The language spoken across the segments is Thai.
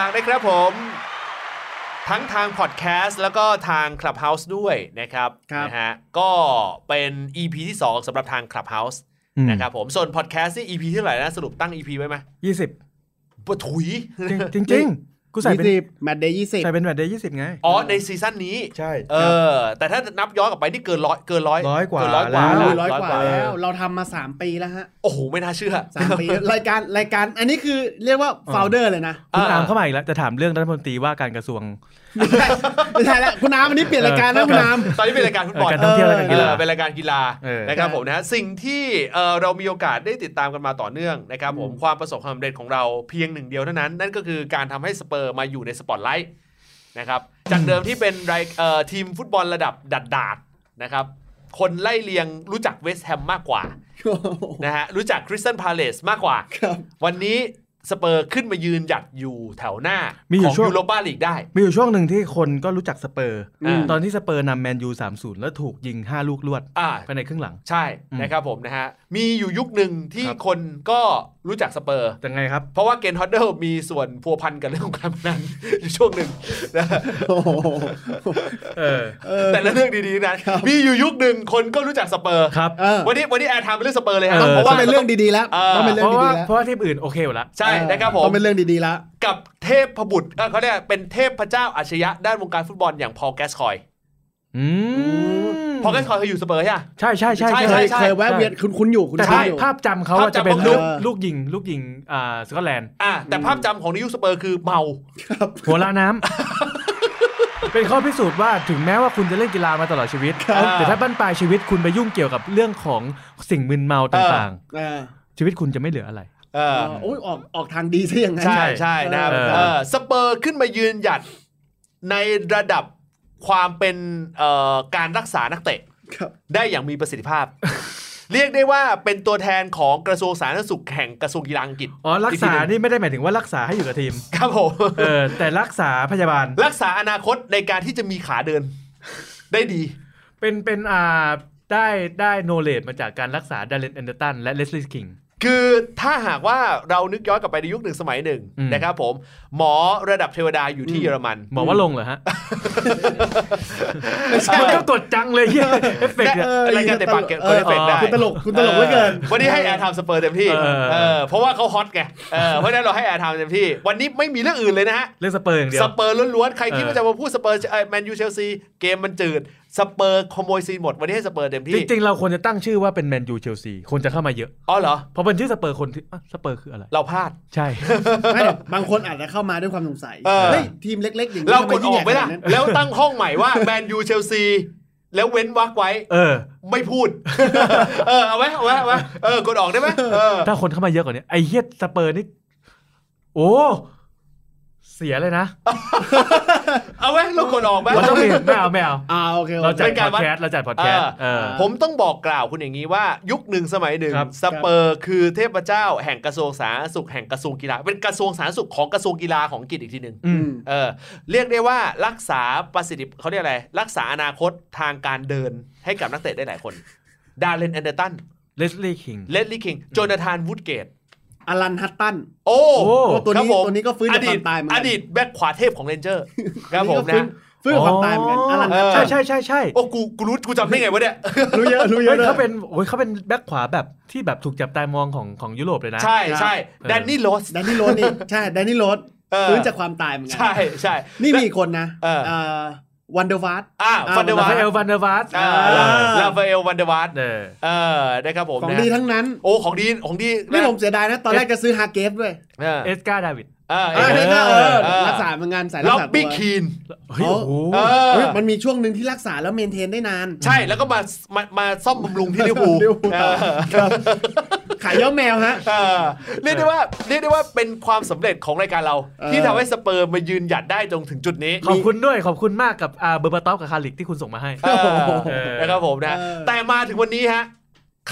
างๆนะครับผม ทั้งทางพอดแคสต์แล้วก็ทาง Clubhouse ด้วยนะครับ ครับ นะฮะก็เป็น EP ที่ 2สำหรับทาง Clubhouse อืม นะครับผม ส่วนพอดแคสต์นี่ EP ที่เท่าไหร่นะ สรุปตั้ง EP ไว้ไหม ยี่สิบ ปะถุย จ ริงจริงๆ กูใส่เป็น ยี่สิบแมตช์เดย์ยี่สิบ ใส่เป็นแบบเดย์ยี่สิบไง อ๋อ ในซีซั่นนี้ ใช่ เออ แต่ถ้านับย้อนกลับไปนี่เกินร้อยเกินร้อย ร้อยกว่า เนร้อยกว่า แล้ แล้ว ร้อยกว่าแล้ว เราทำมาสามปีแล้วฮะ โอ้โห ไม่น่าเชื่อ สามปี รายการรายการ อันนี้คือเรียกว่า อ่า โฟลเดอร์เลยนะ คุณ อ่า อามเข้ามาอีกแล้ว จะถามเรื่องรัฐมนตรีว่าการกระทรวง ไม่ใช่ไม่ใช่แล้วคุณน้ำอันนี้เปลี่ยนรายการแล้วคุณน้ำ ตอนนี้เป็นรายการฟุตบอล เออการท่องเที่ยวและการกีฬา ออเป็นรายการกีฬา เออ นะครับผมนะฮะสิ่งที่เอ่อเรามีโอกาสได้ติดตามกันมาต่อเนื่องนะครับผมความประสบความสำเร็จของเราเพียงหนึ่งเดียวเท่านั้น นั่นก็คือการทำให้สเปอร์มาอยู่ในสปอตไลท์นะครับจากเดิมที่เป็นรายเอ่อทีมฟุตบอลระดับดัดดาดๆนะครับคนไล่เลียงรู้จักเวสต์แฮมมากกว่านะฮะรู้จักคริสตันพาเลสมากกว่า ครับ วันนี้สเปอร์ขึ้นมายืนหยัดอยู่แถวหน้า มีอยู่ ของ ช่วง ยูโรปาลีกได้ มีอยู่ช่วงหนึ่งที่คนก็รู้จักสเปอร์ อืม ตอนที่สเปอร์นำแมนยูสามศูนย์แล้วถูกยิงห้าลูกรวด อ่า ภายในครึ่งหลัง ใช่ อืม นะครับผมนะฮะ มีอยู่ยุคหนึ่งที่ ครับ คนก็รู้จักสเปอร์ แต่ไงครับ เพราะว่าเกนฮอดเดิลมีส่วนพัวพันกับเรื่องของการพนั น อยู่ช่วงหนึ่งนะ โอ้โห เออ เออ แต่ละเรื่องดีๆนะ มีอยู่ยุคหนึ่งคนก็รู้จักสเปอร์ ครับ เออ วันนี้วันนี้แอร์ไทม์เป็นเรื่องสเปอร์เลยฮะ เออ เพราะ ต้อ ว่าง เป็นเรื่องดีๆแล้วต้องเป็น เพ เรื่อง ราะ ดี ว่า ๆแล้ว เพราะว่าที่อื่นโอเคหมดละ ใช่นะครับผ ต้ ม องเป็นเรื่องดีๆแล้ว กับเทพพบุตรเอ่อเขาเรียกเป็นเทพพเจ้าอาชญะด้านวงการฟุตบอลอย่างพอลแกสคอย อืม พอลแกสคอยเคยอยู่สเปอร์ใช่ปะ ใช่ใช่ใช่ ใช่ เคยเคยแวะเวียนคุณคุณอยู่คุณ แต่ คุ ภา ณ พ อยู่ ภาพจำเขาอะ ภาพจำ จะเป็น เขา ลูก เออ ลูกยิง ลูกยิงอ่าสกอตแลนด์ อ่ะแต่ภาพจำของในยุคสเปอร์คือเมา หัวลาน้ำ เป็นข้อพิสูจน์ว่าถึงแม้ว่าคุณจะเล่นกีฬามาตลอดชีวิต ครับ แต่ถ้าบั้นปลายชีวิตคุณไปยุ่งเกี่ยวกับเรื่องของสิ่งมึนเมาต่าง เออ ๆ ชีวิตคุณจะไม่เหลืออะไร เอ เอ อ อโอ้ยออกออกทางดีซะอย่างนั้น ใช่ใช่นะครับ เออ เออสเปอร์ขึ้นมายืนหยัดในระดับความเป็นเอ่อการรักษานักเตะ ครับ ได้อย่างมีประสิทธิภาพ เรียกได้ว่าเป็นตัวแทนของกระทรวงสาธารณสุขแห่งกระทรวงกีฬาอังกฤษ อ๋อ รักษา อีทีหนึ่ง นี่ไม่ได้หมายถึงว่ารักษาให้อยู่กับทีม ครับผม เออ แต่รักษาพยาบาล รักษาอนาคตในการที่จะมีขาเดิน ได้ดี เป็น เป็นอ่า ได้ได้โนเลดมาจากการรักษาดาเลนแอนเดอร์ตันและเลสลี k คิง คือถ้าหากว่าเรานึกย้อนกลับไปในยุคหนึ่งสมัยหนึ่ง อืม นะครับผมหมอระดับเทวดาอยู่ที่เยอรมัน บอกว่าลงค์เหรอฮะมันก็ตรวจจังเลยเหี้ยเอฟเฟกต์เนี่ย เออ รายการแต่ปากแกะคนเอฟเฟกต์ได้ คุณตลกคุณตลกเหลือเกิน วันนี้ให้แอร์ไทม์สเปอร์เต็มที่ เออ เออเพราะว่าเขาฮอตไงเออเพราะฉะนั้นเราให้แอร์ไทม์เต็มที่ วันนี้ไม่มีเรื่องอื่นเลยนะฮะ เรื่องสเปอร์อย่างเดีย ส ว เปอร์ล้วนๆ ใครคิด เออ ว่าจะมาพูดสเปอร์แมนยูเชลซีเกมมันจืด สเปอร์ขโมยซีนหมด วันนี้ให้สเปอร์เต็ม จ ที่ ริงๆ เราควรจะตั้งชื่อว่าเป็นแมนยูเชลซีคนจะเข้ามาเยอะ อ๋อเหรอ เพราะเป็นชื่อสเปอร์คนที่อ่ะสเปอร์คืออะไร เราพลาด ใช่ ไม่หรอกบางคนอาจจะเข้ามาด้วยความสงสัย เออ เฮ้ยทีมเล็กๆอย่างนี้ เรา ทำ กดอ ยิ่ง อก ใหญ่ ไว้ล่ะ ขนาดนั้น แล้วตั้งห้องใหม่ว่าแมนยูเชลซีแล้วเว้นวักไว้ เออ ไม่พูด เออเอาไว้เอาไว้เอาไว้เออกดออกได้ไหมเออ ถ้าคนเข้ามาเยอะกว่านี้ไอ้เฮียสเปอร์นี่ โอ้ เสียเลยนะ เอาไว้เรากดออกไหม เราต้องมีไม่เอาไม่เอา อ่าโอเคโอ เรา เค จัด เป็นการพอด วัด แคสต์เราจัดพอดแคสต์ เออ เออ ผมต้องบอกกล่าวคุณอย่างนี้ว่ายุคหนึ่งสมัยหนึ่ง ครับ สเปอร์คือเทพเจ้าแห่งกระทรวงสาธารณสุขแห่งกระทรวงกีฬาเป็นกระทรวงสาธารณสุขของกระทรวงกีฬาของอังกฤษอีกทีหนึ่ง อืม เออเรียกได้ว่ารักษาประสิทธิเขาเรียกอะไร รักษาอนาคตทางการเดินให้กับนักเตะได้หลายคน ดาเลนแอนเดอร์ตัน เลสลีย์คิง เลดลี่คิงโจนาธานวูดเกต อลันฮัตตัน โอ้ โอ้ ตัวคนี้รับผม ตัวนี้ก็ฟื้น อ จาก ดีต ความตายมา อดีตแบ็คขวาเทพของเรนเจอ ร์ครับผม อั นะ ก็ฟื้นฟื้นกับความตายเหมือนกันอลันฮัต เออ ตั ใช่ น ใช่ใช่ใช่ โอ้กูกูรู้กูจำได้ไงวะเนี่ย รู้เยอะรู้เย เฮ้ อะ ย ลย เขาเป็นโอ้ยเขาเป็นแบ็คขวาแบบที่แบบถูกจับตามองของของยุโรปเลยนะ ใช่ใช่ ครับ แดนนี่โรส แดนนี่โรดนี่ใช่แดนนี่โรด เออ ฟื้นจากความตายเหมือนกั ใช่ใช่ นี่มีอีกคนนะ เออ วันเดอร์วาร์ด อ่า อ่า ฟันเดอลาวร์า ฟาเอล ร์ วันเดอร์วาส อ่า เออ ลาฟาเอลวันเดอร์วาร์ด เออ เออนะครับผม ของ นะ ดีทั้งนั้น โอ้ของดีของดี นี่ผมเสียดายนะ ตอนแรกจะซื้อฮาเกฟด้วย เออ เอสกาดาวิด เออ เอ เอ อนี่ อ ก็เออ เออ รักษาเหมือนกันสายรั ล็อบกษาตั บี้ ว คีน เฮ้ย โอ้ โอ้โห เออ เฮ้ยมันมีช่วงหนึ่งที่รักษาแล้วเมนเทนได้นาน ใช่แล้วก็มามามาซ่อมบำรุงที่ลิเวอร์พู ล เดี๋ยวผม เอ ต่อ อ ครับขายย่อแมวฮะ เออเรียกได้ว่าเรียกได้ว่าเป็นความสำเร็จของรายการเรา เออ ที่ทำให้สเปอร์มายืนหยัดได้จนถึงจุดนี้ ขอบคุณด้วยขอบคุณมากกับอาเบอร์บาตอฟกับคาลิกที่คุณส่งมาให้ เออ เออ นะครับผมนะ เออ แต่มาถึงวันนี้ฮะ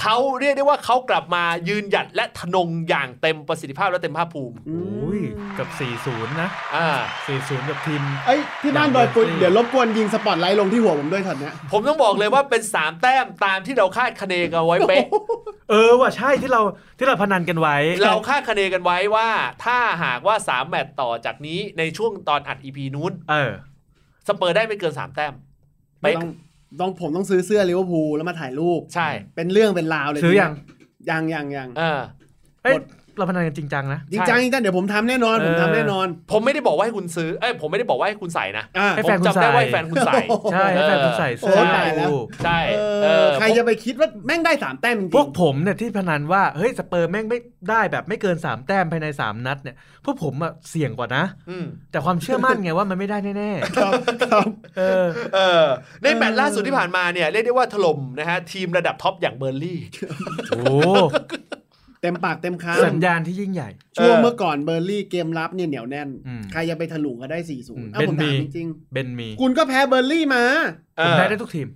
เขาเรียกได้ว่าเขากลับมายืนหยัดและทะนงอย่างเต็มประสิทธิภาพและเต็มภาคภูมิ อื โอ ม้ ยกับ 40 นะ อ่า 40 กับทีม เอ้ยที่บ้าอนย่าง ดอยปุย เบอร์ซี่ เดี๋ยวรบกวนยิงสปอตไลท์ลงที่หัวผมด้วยช็อตเนี้ย ผมต้องบอกเลยว่าเป็น 3 แต้มตามที่เราคาดคะเนกันไว้เป๊ะ เออว่ะใช่ที่เราที่เราพนันกันไว้ เราคาดคะเนกันไว้ว่า ถ้าหากว่า 3 แมตตช์ต่อจากนี้ในช่วงตอนอัด EP นู้น เออ สเปอร์ได้ไม่เกิน 3 แต้มเป๊ะ ต้องต้องผมต้องซื้อเสื้อลิเวอร์พูลแล้วมาถ่ายรูป ใช่ เป็นเรื่องเป็นราวเลย ซื้อยัง ยังยังยัง เออ เอ้ยเราพนันกันจริงจังนะ จริงจังจริงจังเดี๋ยวผมทำแน่นอน เออ ผมทำแน่นอน ผมไม่ได้บอกว่าให้คุณซื้อ เอ้ยผมไม่ได้บอกว่าให้คุณใส่นะ อ่ะ ให้ ผ แฟน ม คุณ จำได้ว่าให้ ใส่ แฟนคุณใส่ ใช่แล้วแฟนคุณใส่เสื้อ โอ้ยตายแล้ว ใช่ เอ เอ อ อ ใครจะไปคิดว่าแม่งได้สามแต้มจริงๆ พวกผมเนี่ยที่พนันว่าเฮ้ยสเปอร์แม่งไม่ได้แบบไม่เกิน 3 แต้มภายใน 3 นัดเนี่ย พวกผมอะเสี่ยงกว่านะ อืม แต่ความเชื่อมั่นไงว่ามันไม่ได้แน่ ครับครับ ๆเออ เออในแมตช์ล่าสุดที่ผ่านมาเนี่ยเรียกได้ว่าถล่มนะฮะทีมระดับท็อปอย่างเบอร์ลี่ โอ้ เต็มปากเต็มค สัญ ำ ญาณที่ยิ่งใหญ่ ช่วง เออ เมื่อก่อนเบอร์ลี่เกมรับเนี่ยเหนียวแน่น อืม ใครจะไปถลุงก็ได้สี่ศู อืมนย์เอาผม เบนบี ถามจริง เบนมี ๆคุณก็แพ้เบอร์ลี่มา เอ ผม อ ได้ได้ทุกทีม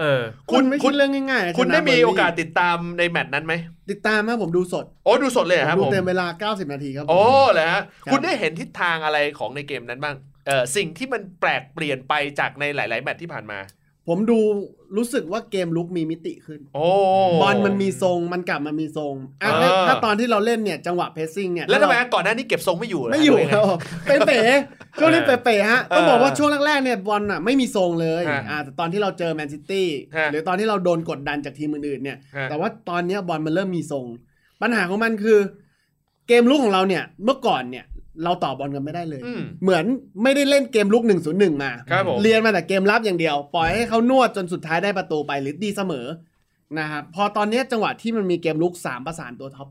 เออ คุณ คุณไม่ คุณใช่เรื่องง่ายๆนะ คุณ ชนะ ได้มี เบร์ลี่ โอกาสติดตามในแมตช์นั้นไหม ติดตามครับผมดูสด โอ้ดูสดเลยเหรอครับผดูม เต็มเวลา 90 นาทีครับผม โอ้เหรอฮะ ครับ คุณได้เห็นทิศทางอะไรของในเกมนั้นบ้าง เออสิ่งที่มันแปลกเปลี่ยนไปจากในหลาย ๆ แมตช์ที่ผ่านมา ผมดูรู้สึกว่าเกมลุกมีมิติขึ้น โอ้ บอลมันมีทรงมันกลับมามีทรงอ่ะ เออ ถ้าถ้าตอนที่เราเล่นเนี่ยจังหวะเพสซิ่งเนี่ย แล้วทำไม เรา ฮะก่อนหน้านี้เก็บทรงไม่อยู่เหร ไม่อยู่ หรืงง ครับ ผมเป๋ๆช่วงนี้เป๋ๆฮะ เออ ต้องบอกว่าช่วงแรกๆเนี่ยบอลอ่ะไม่มีทรงเลย ฮะ อ่าแต่ตอนที่เราเจอแมนซิตี้ ฮะ หรือตอนที่เราโดนกดดันจากทีมอื่นๆเนี่ย ฮะ แต่ว่าตอนเนี้ยบอลมันเริ่มมีทรง ปัญหาของมันคือ เกมลุกของเราเนี่ยเมื่อก่อนเนี่ยเราต่อบอลกันไม่ได้เลย อืม เหมือนไม่ได้เล่นเกมลุก1นึมา ครับผม เรียนมาแต่เกมรับอย่างเดียว ปล่อยให้เขานวดจนสุดท้ายได้ประตูไปหรือดีเสมอนะครับพอตอนเนี้ยจังหวะที่มันมีเกมลุก 3 ประสานตัวท็อป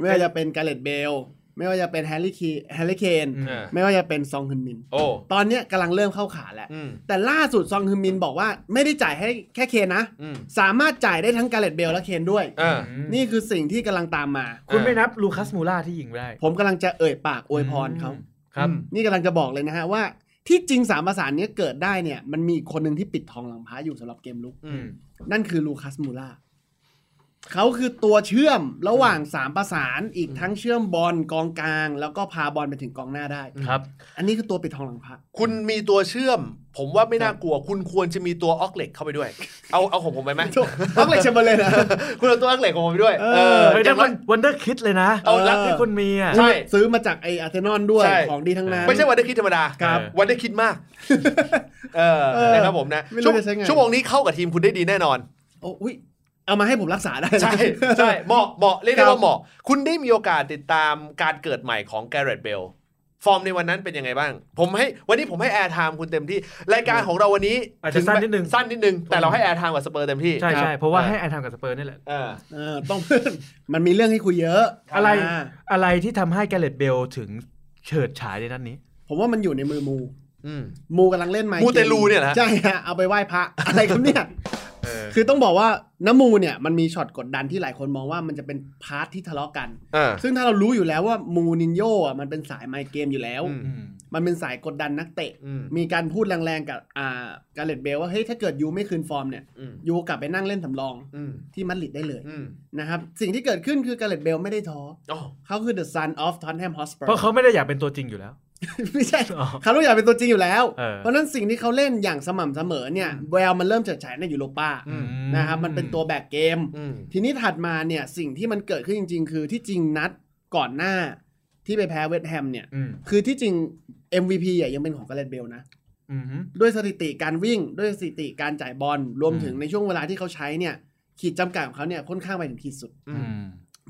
ไม่ว่าจะเป็นการ์เลตเบล ไม่ว่าจะเป็นแฮร์รี่คีแฮร์รี่เคน อืม เออ ไม่ว่าจะเป็นซองฮึนมิน โอ้ ตอนเนี้ยกำลังเริ่มเข้าขาแล้ว อืม แต่ล่าสุดซองฮึนมินบอกว่าไม่ได้จ่ายให้แค่เคนนะ อืม สามารถจ่ายได้ทั้งการ์เลตเบลและเคนด้วย เออ นี่คือสิ่งที่กำลังตามมา คุณไม่นับลูคัสมูล่าที่ยิงได้ ผมกำลังจะเอ่ยปากอวยพรเขา ครับ อืม นี่กำลังจะบอกเลยนะฮะว่าที่จริงสามประสานเนี้ยเกิดได้เนี่ย มันมีอีกคนหนึ่งที่ปิดทองหลังพระอยู่สำหรับเกมลุก อืม นั่นคือลูคัสมูล่าเขาคือตัวเชื่อมระหว่างสามประสานอีกทั้งเชื่อมบอลกองกลาง แล้วก็พาบอลไปถึงกองหน้าได้ ครับ อันนี้คือตัวปิดทองหลังพระ คุณมีตัวเชื่อม ผมว่าไม่น่ากลัว คุณควรจะมีตัวออกเหล็กเข้าไปด้วย เอาเอาของผมไปไหม ต้องเลยเชมเบอร์เลนนะ คุณเอาตัวออกเหล็กของผมไปด้วย เออ เฮ้ย อ นั่ ย่านงน้ มั อย นวันเดอร์คิดเลยนะ เอารัก ที่คุณมีอ่ะ ใช่ ซื้อมาจากไออาร์เซนอลด้วย ใช่ ของดีทั้งนั้น ไม่ใช่วันได้คิดธรรมดา ครับ วันได้คิดมาก เออ เออ นะครับผมนะ ไม่รู้ ช่วง จะใช้ไง ชั่วโมงนี้เข้ากับทีมคุณได้ดีแน่นอน โอ้อุ๊ยเอามาให้ผมรักษาได้นะ ใช่ใช่เหมาะเหมาะเรียกได้ ครับ ว่าเหมาะ คุณได้มีโอกาสติดตามการเกิดใหม่ของแกเรตเบล ฟอร์มในวันนั้นเป็นยังไงบ้าง ผมให้วันนี้ผมให้แอร์ไทม์คุณเต็มที่ รายการของเราวันนี้ อาจจะสั้นนิดนึง สั้นนิดนึง แต่เราให้แอร์ไทม์กับสเปอร์เต็มที่ ใช่ใช่เพราะว่าให้แอนทำกับสเปอร์นี่แหละ เออ เออต้อง มันมีเรื่องให้คุยเยอะ อะไร า อะไรที่ทำให้แกเรตเบลถึงเฉิดฉายในนัดนี้ ผมว่ามันอยู่ในมือมู อืม มูกำลังเล่นไหม มูเตลูเนี่ยเหรอฮะ ใช่ฮะเอาไปไหว้พระ อะไรครับเนี่ย เออ คือต้องบอกว่าน้ำมูเนี่ยมันมีช็อตกดดันที่หลายคนมองว่ามันจะเป็นพาร์ทที่ทะเลาะกัน เออ ซึ่งถ้าเรารู้อยู่แล้วว่ามูนินโยอ่ะมันเป็นสายไมเกมอยู่แล้ว อืม อืม มันเป็นสายกดดันนักเตะ อืม มีการพูดแรงๆกับอ่าการเลตเบลว่าเฮ้ยถ้าเกิดยูไม่คืนฟอร์มเนี่ย อืม ยูกลับไปนั่งเล่นสำรอง อืม ที่มัดริดได้เลย อืม นะครับสิ่งที่เกิดขึ้นคือการเลตเบลไม่ได้ท้อ อ๋อ เขาคือ the son of Tottenham Hotspur เพราะเขาไม่ได้อยากเป็นตัวจริงอยู่แล้ว ไม่ใช่ อ๋อ เขารู้อยากเป็นตัวจริงอยู่แล้ว เออ เพราะฉะนั้นสิ่งที่เขาเล่นอย่างสม่ำเสมอเนี่ยแววมันเริ่มเฉิดฉายในยูโรป้า อืม นะครับมันเป็นตัวแบกเกม อืม ทีนี้ถัดมาเนี่ยสิ่งที่มันเกิดขึ้นจริง ๆ คือที่จริงนัดก่อนหน้าที่ไปแพ้เวสต์แฮมเนี่ย อืม คือที่จริง MVP อ่ะยังเป็นของกาเลตเบลนะ อืม ด้วยสถิติการวิ่งด้วยสถิติการจ่ายบอลรวมถึง อืม ในช่วงเวลาที่เขาใช้เนี่ยขีดจำกัดของเขาเนี่ยค่อนข้างไปถึงขีดสุด อื อื ม ม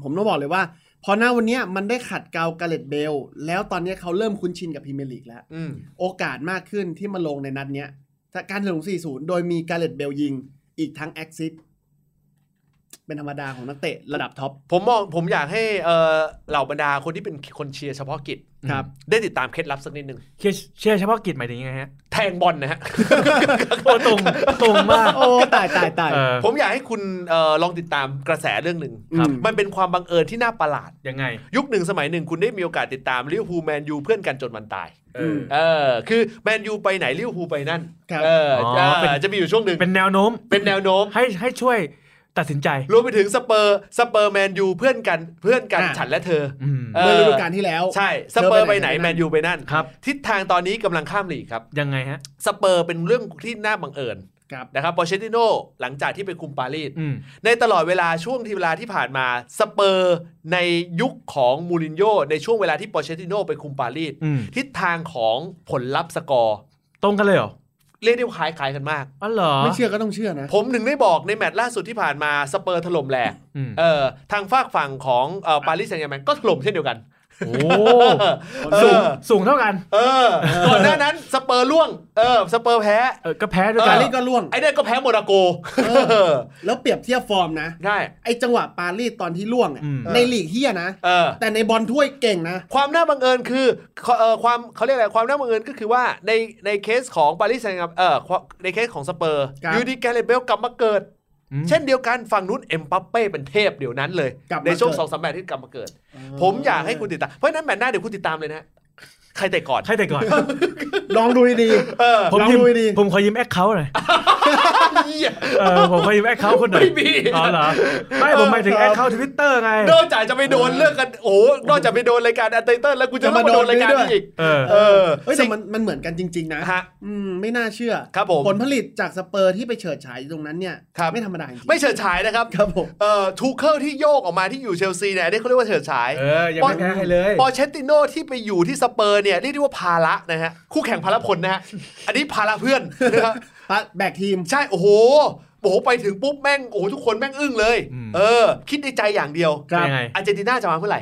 ผมต้องบอกเลยว่า พอหน้าวันเนี้ยมันได้ขัดเกลากาเลตเบลแล้วตอนเนี้ยเขาเริ่มคุ้นชินกับพรีเมียร์ลีกแล้ว อืม โอกาสมากขึ้นที่มาลงในนัดเนี้ยถ้าการถลุง 40 โดยมีการเลตเบลยิง อีกทั้งแอคซิสเป็นธรรมดาของนักเตะระดับท็อป ผมมองผมอยากให้เอ่อเหล่าบรรดาคนที่เป็นคนเชียร์เฉพาะกิจ ครับ ได้ติดตามเคล็ดลับสักนิดนึง เชียร์เชียร์เฉพาะกิจหมายถึงยังไงฮะ แทงบอลนะฮะ โอ้ตรงตรงมาก โอ้ ตายตายตาย เออ ผมอยากให้คุณเออลองติดตามกระแสเรื่องหนึ่ง ครับ มันเป็นความบังเอิญที่น่าประหลาด ยังไง ยุคหนึ่งสมัยหนึ่งคุณได้มีโอกาสติดตามลิเวอร์พูลแมนยูเพื่อนกันจนวันตาย เออ เออ คือแมนยูไปไหนลิเวอร์พูลไปนั่น ครับ เออ อ๋อ เออ เป็น จะมีอยู่ช่วงหนึ่ง เป็นแนวโน้ม เป็นแนวโน้ม ให้ให้ช่วย ตัดสินใจ รวมไปถึงสเปอร์สเปอร์แมนยูเพื่อนกันเพื่อนกัน อ่ะ ฉันและเธอ อืม เอ เมื่อฤดูกาลที่แล้ว ใช่สเปอร์ไปไหนแมนยูไปนั่น ครับ ทิศทางตอนนี้กำลังข้ามลีกครับ ยังไงฮะ สเปอร์เป็นเรื่องที่น่าบังเอิญ ครับ นะครับปอเชติโนหลังจากที่ไปคุมปารีส อืม ในตลอดเวลาช่วงที่เวลาที่ผ่านมาสเปอร์ในยุคของมูรินโญ่ในช่วงเวลาที่ปอเชติโนไปคุมปารีส อืม ทิศทางของผลลัพธ์สกอร์ ตรงกันเลยเหรอ เรียกได้ว่าคล้ายๆกันมาก อ๋อเหรอ ไม่เชื่อก็ต้องเชื่อนะ ผมถึงได้บอกในแมตช์ล่าสุดที่ผ่านมาสเปอร์ถล่มแหลก อืม เออทางฝากฝั่งของเอ่อปารีสแซงต์แชร์แมงก็ถล่มเช่นเดียวกัน โอ้ เอ สูง อ สูงเท่ากัน เออก่อนหน้านั้นสเปอร์ล่วง เออ สเปอร์แพ้ เออก็แพ้ด้วยกั ปาน รีสก็ล่วง ไอ้นั่นก็แพ้โมนาโก เออ แล้วเปรียบเทียบฟอร์มนะ ใช่ ไอจังหวะปารีสตอนที่ล่วงอะ อืม ในลีกเฮียนะ เออ แต่ในบอลถ้วยเก่งนะ ความน่าบังเอิญคือเอ่อความเขาเรียกอะไร ความน่าบังเอิญก็คือว่าในในเคสของปารีสแซงต์แชร์แมงเออความในเคสของสเปอร์ ครับ ยูดีแกเลเบลกลับมาเกิด อืม เช่นเดียวกันฝั่งนู้นเอ็มปัปเป้เป็นเทพเดี๋ยวนั้นเลย กลับมา ในช่วง เกิด สองสามแมตช์ที่กลับมาเกิด ผมอยากให้คุณติดตาม เพราะฉะนั้นแมตช์หน้าเดี๋ยวคุณติดตามเลยนะ ใครเตะก่อน ใครแต่ก่อน ลองดูดี เออ ผม ลอง ยืม ดูดิ ผมขอยืมแอคเคาท์หน่อย เหี้ย เออผมขอยืมแอคเคาท์คนหน่อย ไม่มี อ๋อเหรอไม่ผมหมายถึงแอคเคาท์ทวิตเตอร์ไง นอกจากจะไปโดนเรื่องกัน โอ้โหนอกจากไปโดนรายการอันเตอร์แล้วกูจะต้องมาโดนรายการนี้อีก เออ เออ ๆเฮ้ยแต่มันมันเหมือนกันจริง ๆ นะ นะฮะ อืมไม่น่าเชื่อ ครับผม ผลผลิตจากสเปอร์ที่ไปเฉิดฉายอยู่ตรงนั้นเนี่ย ครับ ไม่ธรรมดาจริงๆ ไม่เฉิดฉายนะครับ ครับผม เอ่อทูเคิลที่โยกออกมาที่อยู่เชลซีเนี่ยนี่เขาเรียกว่าเฉิดฉาย เออ ยังไม่แพ้ใครเลย ปอเชตติโนที่ไปอยู่ที่สเปอร์เนี่ยเรียกได้ว่าภาระนะฮะ คู่แข่งภาระพลนะฮะ อันนี้ภาระเพื่อนนะครับ ปะแบกทีม ใช่ โอ้โห โอ้โห ไปถึงปุ๊บแม่ง โอ้โห ทุกคนแม่งอึ้งเลย อืม เออ คิดในใจอย่างเดียว เป็นยังไง อาร์เจนตินาจะมาเมื่อไหร่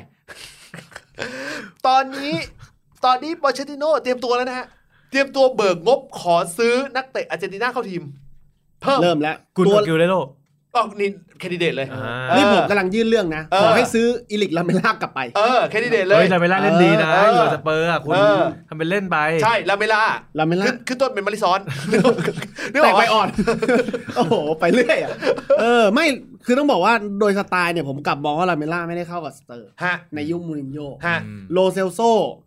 ตอนนี้ ตอนนี้ปอเชติโนเตรียมตัวแล้วนะฮะ เตรียมตัวเบิกงบขอซื้อนักเตะอาร์เจนตินาเข้าทีม เพิ่ม เริ่มแล้ว กุน ตัว กิลเลโร อ๋อนี่แคนดิเดตเลย อ่า นี่ผม เออก ำลังยื่นเรื่องนะ เออ ขอให้ซื้ออิลิกลาเมล่ากลับไป เออแคนดิเดตเล เฮ้ ย ยลาเมล่าเล่นดีนะ เออ อยู่กับสเปอร์อะคุณ เออ ทำเป็นเล่นไป ใช่ลาเมล่า ลาเมล่า คือคือต้นเป็นมาริซอนนึกอ แต อกก ไป ปะ อ่อน โอ้โห ไปเรื่อยอะเออ ไม่คือต้องบอกว่าโดยสไตล์เนี่ยผมกลับมองว่าลาเมล่าไม่ได้เข้ากับสเตอร์ ฮะ ในยุคมูรินโญ่ ฮะ โลเซลโซ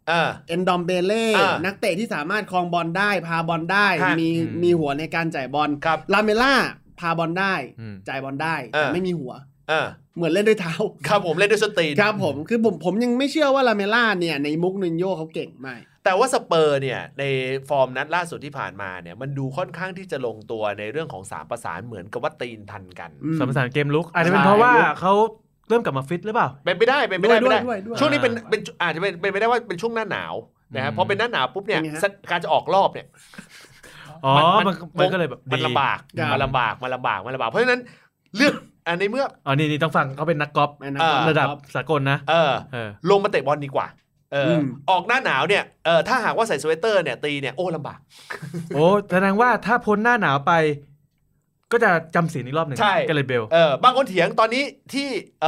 เออ เอนดอมเบเล่ อ่านั นักเตะที่สามารถครองบอลได้ พาบอลได้ ฮะ มี อืม มีหัวในการจ่ายบอล ครับ ลาเมล่าพาบอลได้ อืม จ่ายบอลได้ อ่า แต่ไม่มีหัว เออ เหมือนเล่นด้วยเท้า ครับผมเล่นด้วยสตรีน ครับผมคือผมผมยังไม่เชื่อว่าลาเมล่าเนี่ย ในมุกนูนโยเขาเก่งไม่ แต่ว่าสเปอร์เนี่ยในฟอร์มนัดล่าสุดที่ผ่านมาเนี่ยมันดูค่อนข้างที่จะลงตัวในเรื่องของสามประสานเหมือนกับว่าตีนทันกัน อืม สมสารเกมลุกอาจจะเป็นเพราะว่าเขาเริ่มกลับมาฟิตหรือเปล่า เป็นไปได้เป็นไปได้ ด้วย เป็นไปได้ ด้วยด้วยด้วย ช่วงนี้เป็น อ่า เป็นอาจจะเป็นเป็นไปได้ว่าเป็นช่วงหน้าหนาวนะ อื ฮะ ม พอเป็นหน้าหนาวปุ๊บเนี่ย เป็นไงฮะ สักการจะออกรอบเนี่ย อ๋อมันมันก็เลยแบบ มัน ดี ลำบาก ครับ มันลำบากมันลำบากมันลำบาก เพราะฉะนั้นเลือกอันในเมื่อ อ๋อนี่นี่ต้องฟังเขาเป็นนักกอล์ฟ ไม่นะ อ่า ระดับ คบ สากลนะ เออ เออ ลงมาเตะบอลดีกว่าเอออ ม ออกหน้าหนาวเนี่ยเออถ้าหากว่าใส่สเวตเตอร์เนี่ยตีเนี่ยโอ้ลำบาก โอ้แสดงว่าถ้าพ้นหน้าหนาวไป ก็จะจำศีลอีกรอบหนึ่ง ใช่ กันเลยเบล เออบางคนเถียงตอนนี้ที่เอ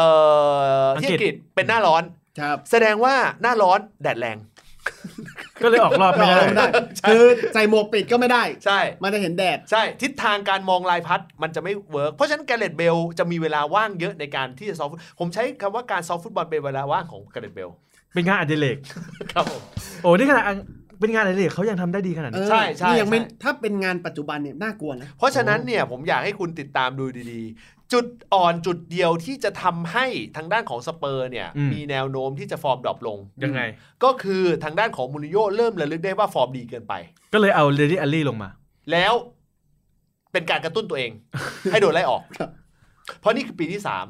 อที่ อังกอังกฤษฤษเป็นหน้าร้อน ครับ แสดงว่าหน้าร้อนแดดแรง ก็เลยออกรอบไม่ ไม่ ได้ ได้คือใส่หมวกปิดก็ไม่ได้ ใช่ มันจะเห็นแดด ใช่ทิศทางการมองลายพัดมันจะไม่เวิร์กเพราะฉะนั้นแกเรตเบลจะมีเวลาว่างเยอะในการที่จะซ้อมฟุตผมใช้คำว่าการซ้อมฟุตบอลเป็นเวลาว่างของแกเรตเบล เป็นงานอดิเรก ครับผม โอ้นี่ขนาดอังเป็นงานอดิเรกเขายังทำได้ดีขนาด เอ นี้ อ ใช่ใช่ นี่ยังไม่ ใช่ ถ้าเป็นงานปัจจุบันเนี่ยน่ากลัวนะ เพราะฉะนั้นเนี่ยผมอยากให้คุณติดตามดูดีๆ จุดอ่อนจุดเดียวที่จะทำให้ทางด้านของสเปอร์เนี่ย อืม มีแนวโน้มที่จะฟอร์มดรอปลง ยังไง ก็คือทางด้านของมูรินโญ่เริ่มระลึกได้ว่าฟอร์มดีเกินไป ก็เลยเอาเรดี้อลลี่ลงมา แล้วเป็นการกระตุ้นตัวเอง ให้โดนไล่ออก ครับ เพราะนี่คือปีที่สาม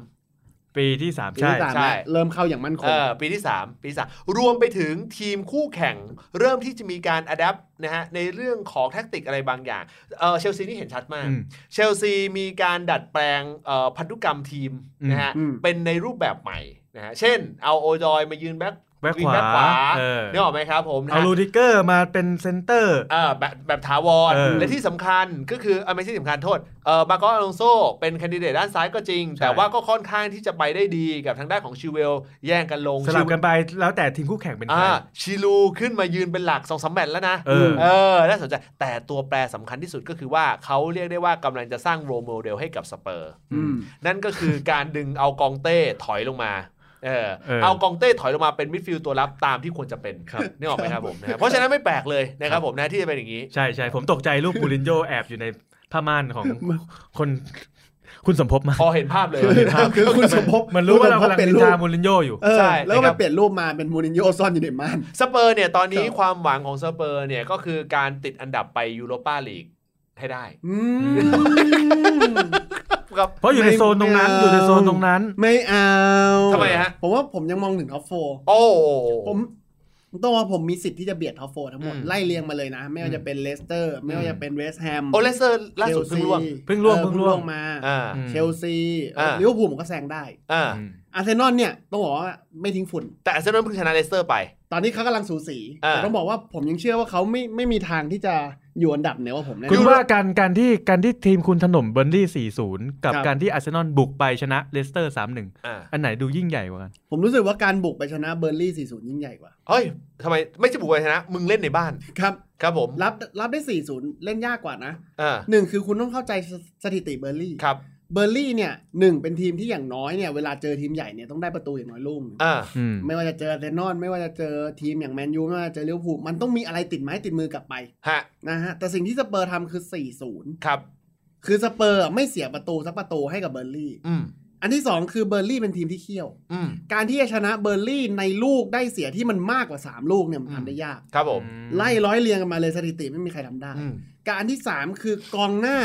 ปีที่สาม ปี ใช่ ที่สาม ใช่ แล้วเริ่มเข้าอย่างมั่นคง เอ่อปีที่สามปีที่สามรวมไปถึงทีมคู่แข่ง เริ่มที่จะมีการอัดแอปนะฮะในเรื่องของแท็กติกอะไรบางอย่างเออเชลซีนี่เห็นชัดมาก อืม เชลซีมีการดัดแปลงเอ่อพันธุกรรมทีมนะฮะ อืม เป็นในรูปแบบใหม่นะฮะเช่นเอาโอจอยมายืนแบ็ค แบ็ค วิ่ ข ง วา แบ็คขวา เออ นี่ออกไหมครับผมนะ เอา ฮะ ลูดิเกอร์มาเป็นเซนเตอร์ เอ่อแบบแบบถาวร เออ และที่สำคัญก็คือเอ่อไม่ใช่สำคัญโทษเอ่อมาโกอลองโซเป็นแคนดิเดตด้านซ้ายก็จริง ใช่ แต่ว่าก็ค่อนข้างที่จะไปได้ดีกับทางด้านของชิเวลแย่งกันลง สลับกันไปแล้วแต่ทีมคู่แข่งเป็นใคร อ่าชิลูขึ้นมายืนเป็นหลักสองสามแมตช์แล้วนะ เออ เออน่าสนใจ แต่ตัวแปรสำคัญที่สุดก็คือว่าเขาเรียกได้ว่ากำลังจะสร้างโรลโมเดลให้กับสเปอร์ อื อื ม ม นั่นก็คือการดึงเอากองเต้ถอยลงมา เออ เออ เอากองเต้ถอยลงมาเป็นมิดฟิลด์ตัวรับตามที่ควรจะเป็น ครับ นี่ออกไหมครับผมนะครับเพราะฉะนั้นไม่แปลกเลยนะครับผมนะที่จะเป็นอย่างนี้ ใช่ใช่ผมตกใจลูกบูรินโยแอบอยู่ในผ้าม่านของคน คุณสมภพมา พอเห็นภาพเลย คือ คุณสมภพ มันรู้ว่าเรา คุณส กำลัง ภพ นิน รู ทา ป มูรินโญ่อยู่ เออ ใช่ แล้วก็ นะครั มา บ เปลี่ยนรูปมาเป็นมูรินโญ่ซ่อนอยู่ในม่าน สเปอร์เนี่ยตอนนี้ ครับ ความหวังของสเปอร์เนี่ยก็คือการติดอันดับไปยูโรปาลีกให้ได้ อืม ครับ เพราะอยู่ในโซนตรงนั้นอไม่เอายู่ในโซนตรงนั้น ไม่เอา ทำไมฮะ ผมว่าผมยังมองถึงท็อปโฟ โอ้ ผมต้องว่าผมมีสิทธิ์ที่จะเบียดท็อปโฟทั้งหมด อืม ไล่เรียงมาเลยนะ ไม่ว่าจะเป็นเลสเตอร์ไม่ว่าจะเป็นเวสต์แฮม โอเลสเตอร์ล่าสุดเพิ่งล่วง เพิ่งล่วง เออ เพิ่งล่วง มา อ่า อืม เชลซี อ่า ลิเวอร์พูลผมก็แซงได้ อ่า อืม อาร์เซนอลเนี่ยต้องบอกว่าไม่ทิ้งฝุ่น แต่อาร์เซนอลเพิ่งชนะเลสเตอร์ไป ตอนนี้เขากำลังสูสี อ่า แต่ต้องบอกว่าผมยังเชื่อว่าเขาไม่ไม่มีทางที่จะอยู่อันดับเหนือกว่าผมแน่น คุ อ ณ น ว่าการการที่การที่ทีมคุณถล่มเบอร์นลี่ 40 กับ ครับ การที่อาร์เซนอลบุกไปชนะเลสเตอร์ 3-1 อ่า อันไหนดูยิ่งใหญ่กว่ากัน ผมรู้สึกว่าการบุกไปชนะเบอร์นลี่ 40 ยิ่งใหญ่กว่า เฮ้ยทำไมไม่ใช่บุกไปชนะ มึงเล่นในบ้าน ครับ ครับผม รับรับได้ 40 เล่นยากกว่านะ อ่า หนึ่งคือคุณต้องเข้าใจสสถิติเบอร์นลี่ ครับ เบอร์นลี่เนี่ยหนึ่งเป็นทีมที่อย่างน้อยเนี่ยเวลาเจอทีมใหญ่เนี่ยต้องได้ประตูอย่างน้อยลูกหนึ่ง อ่า อืม ไม่ว่าจะเจออาร์เซนอลไม่ว่าจะเจอทีมอย่างแมนยูไม่ว่าจะเจอลิเวอร์พูลมันต้องมีอะไรติดไม้ติดมือกลับไป ฮะ นะฮะแต่สิ่งที่สเปอร์ทำคือ 40 ครับ คือสเปอร์ไม่เสียประตูสักประตูให้กับเบอร์นลี่ อืม อันที่สองคือเบอร์นลี่เป็นทีมที่เขี้ยว อืม การที่จะชนะเบอร์นลี่ในลูกได้เสียที่มันมากกว่า 3 ลูกเนี่ยมันทำได้ยาก ครับผม ไล่ร้อยเรียงกันมาเลยสถิติไม่มีใครทำได้ อืม การอันที่ 3 คือกองหน้า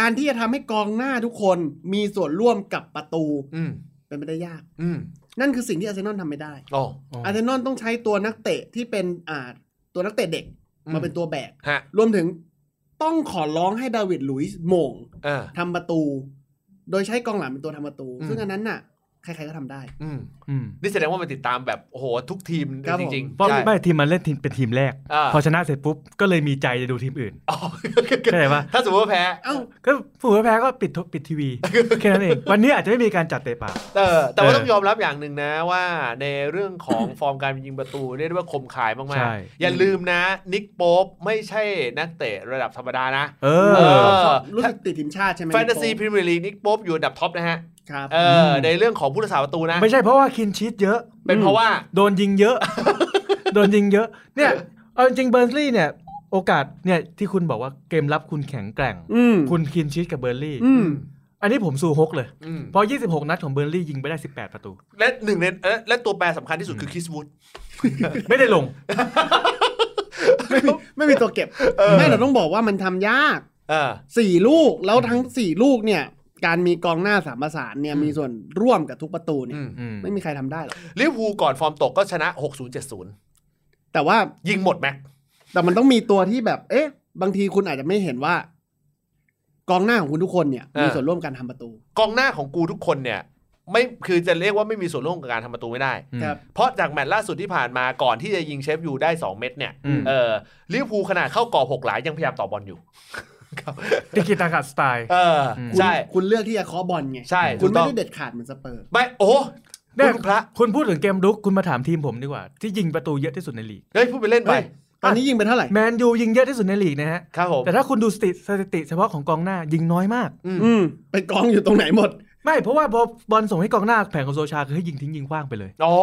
การที่จะทำให้กองหน้าทุกคนมีส่วนร่วมกับประตู อืม เป็นไปได้ยาก อืม นั่นคือสิ่งที่อาร์เซนอลทำไม่ได้ อ๋อ อ๋ออ อาร์เซนอลต้องใช้ตัวนักเตะที่เป็นอ่าตัวนักเตะเด็กมาเป็นตัวแบก ฮะ รวมถึงต้องขอร้องให้ดาวิดหลุยส์โหมง อ่า ทำประตู โดยใช้กองหลังเป็นตัวทำประตู อืม ซึ่งอันนั้นน่ะใครๆก็ทำได้ อืม อืม นี่แสดงว่ามันติดตามแบบโอ้โหทุกทีม ครับ จ ผม ริงๆ เพราะ ใช่ ไม่ทีมมันเล่นทีมเป็นทีมแรก อ่า พอชนะเสร็จปุ๊บ ก็เลยมีใจจะดูทีมอื่น อ๋อ เข้าใจปะ ถ้าสมมติว่าแพ้ เอ้า ก็ผู้แพ้ก็ปิดโทปิดทีวี แค่นั้นเอง วันนี้อาจจะไม่มีการจัดเตะปาก เออแต่ว่า เออ ต้องยอมรับอย่างหนึ่งนะว่าในเรื่องของ ฟอร์มการยิงประตูเรียกได้ว่าคมขายมา ใช่ กๆ อย่าลืมนะนิกโป๊ปไม่ใช่นักเตะระดับธรรมดานะ เอ เอ อ อ รู้สึกติดทีมชาติใช่ไหม แฟนตาซีพรีเมียร์ลีกนิกโป๊ปอยู่อันดับท็อปนะฮะ ครับ เออ ม ในเรื่องของผู้รักษาประตูนะ ไม่ใช่เพราะว่าคินชีตเยอะ เป็นเพราะว่า โดนยิงเยอะ โดนยิงเยอะ เนี่ย เอาจริงเบอร์ลี่เนี่ย โอกาสเนี่ยที่คุณบอกว่าเกมรับคุณแข็งแกร่ง อืม คุณคินชีตกับเบอร์ลี่ อืม อันนี้ผมสู้ฮกเลย อืม เพราะ 26 นัดของเบอร์ลี่ยิงไปได้ 18 ประตู และหนึ่งในและและตัวแปรสำคัญที่สุดคือคริสวูด ไม่ได้ลง ไม่มีไม่มีตัวเก็บไม่เราต้องบอกว่ามันทำยาก เออ สี่ลูกแล้วทั้งสี่ลูกเนี่ย การมีกองหน้าสามประสานเนี่ย อืม มีส่วนร่วมกับทุกประตูเนี่ อื ย ม อืม ไม่มีใครทำได้หรอก ลิเวอร์พูลก่อนฟอร์มตกก็ชนะ 6070 แต่ว่า ยิงหมดแม็ก แต่มันต้องมีตัวที่แบบ เอ๊ะ บางทีคุณอาจจะไม่เห็นว่า กองหน้าของคุณทุกคนเนี่ยมีส่วนร่วมการทำประตู กองหน้าของกูทุกคนเนี่ย ไม่คือจะเรียกว่าไม่มีส่วนร่วมกับการทำประตูไม่ได้ อืม ครับ เพราะจากแมตช์ล่าสุดที่ผ่านมาก่อนที่จะยิงเชฟยูได้ 2 เม็ดเนี่ย อืม เออลิเวอร์พูลขนาดเข้ากรอบหกหลายยังพยายามต่อบอลอยู่ ติกิตากาสไตล์ เอออ ม คุณ ใช่ คุณเลือกที่จะเคาะบอลไง ใช่ คุณ ถูกต้ ไม่ อง ได้เด็ดขาดเหมือนสเปอร์ ไม่โอ้โห เนี่ย คุณพระ คุณพูดถึงเกมรุกคุณมาถามทีมผมดีกว่า ที่ยิงประตูเยอะที่สุดในลีก เฮ้ยพูดไปเล่นไป เฮ้ย ตอนนี้ยิงไปเท่าไหร่ แมนยูยิงเยอะที่สุดในลีกนะฮะ ครับผม แต่ถ้าคุณดูสถิติสถิติเฉพาะของกองหน้ายิงน้อยมาก อืม อืมไปกองอยู่ตรงไหนหมด ไม่เพราะว่าพอบอลส่งให้กองหน้าแผงของโซชาคือให้ยิงทิ้งยิงขว้างไปเลย อ๋อ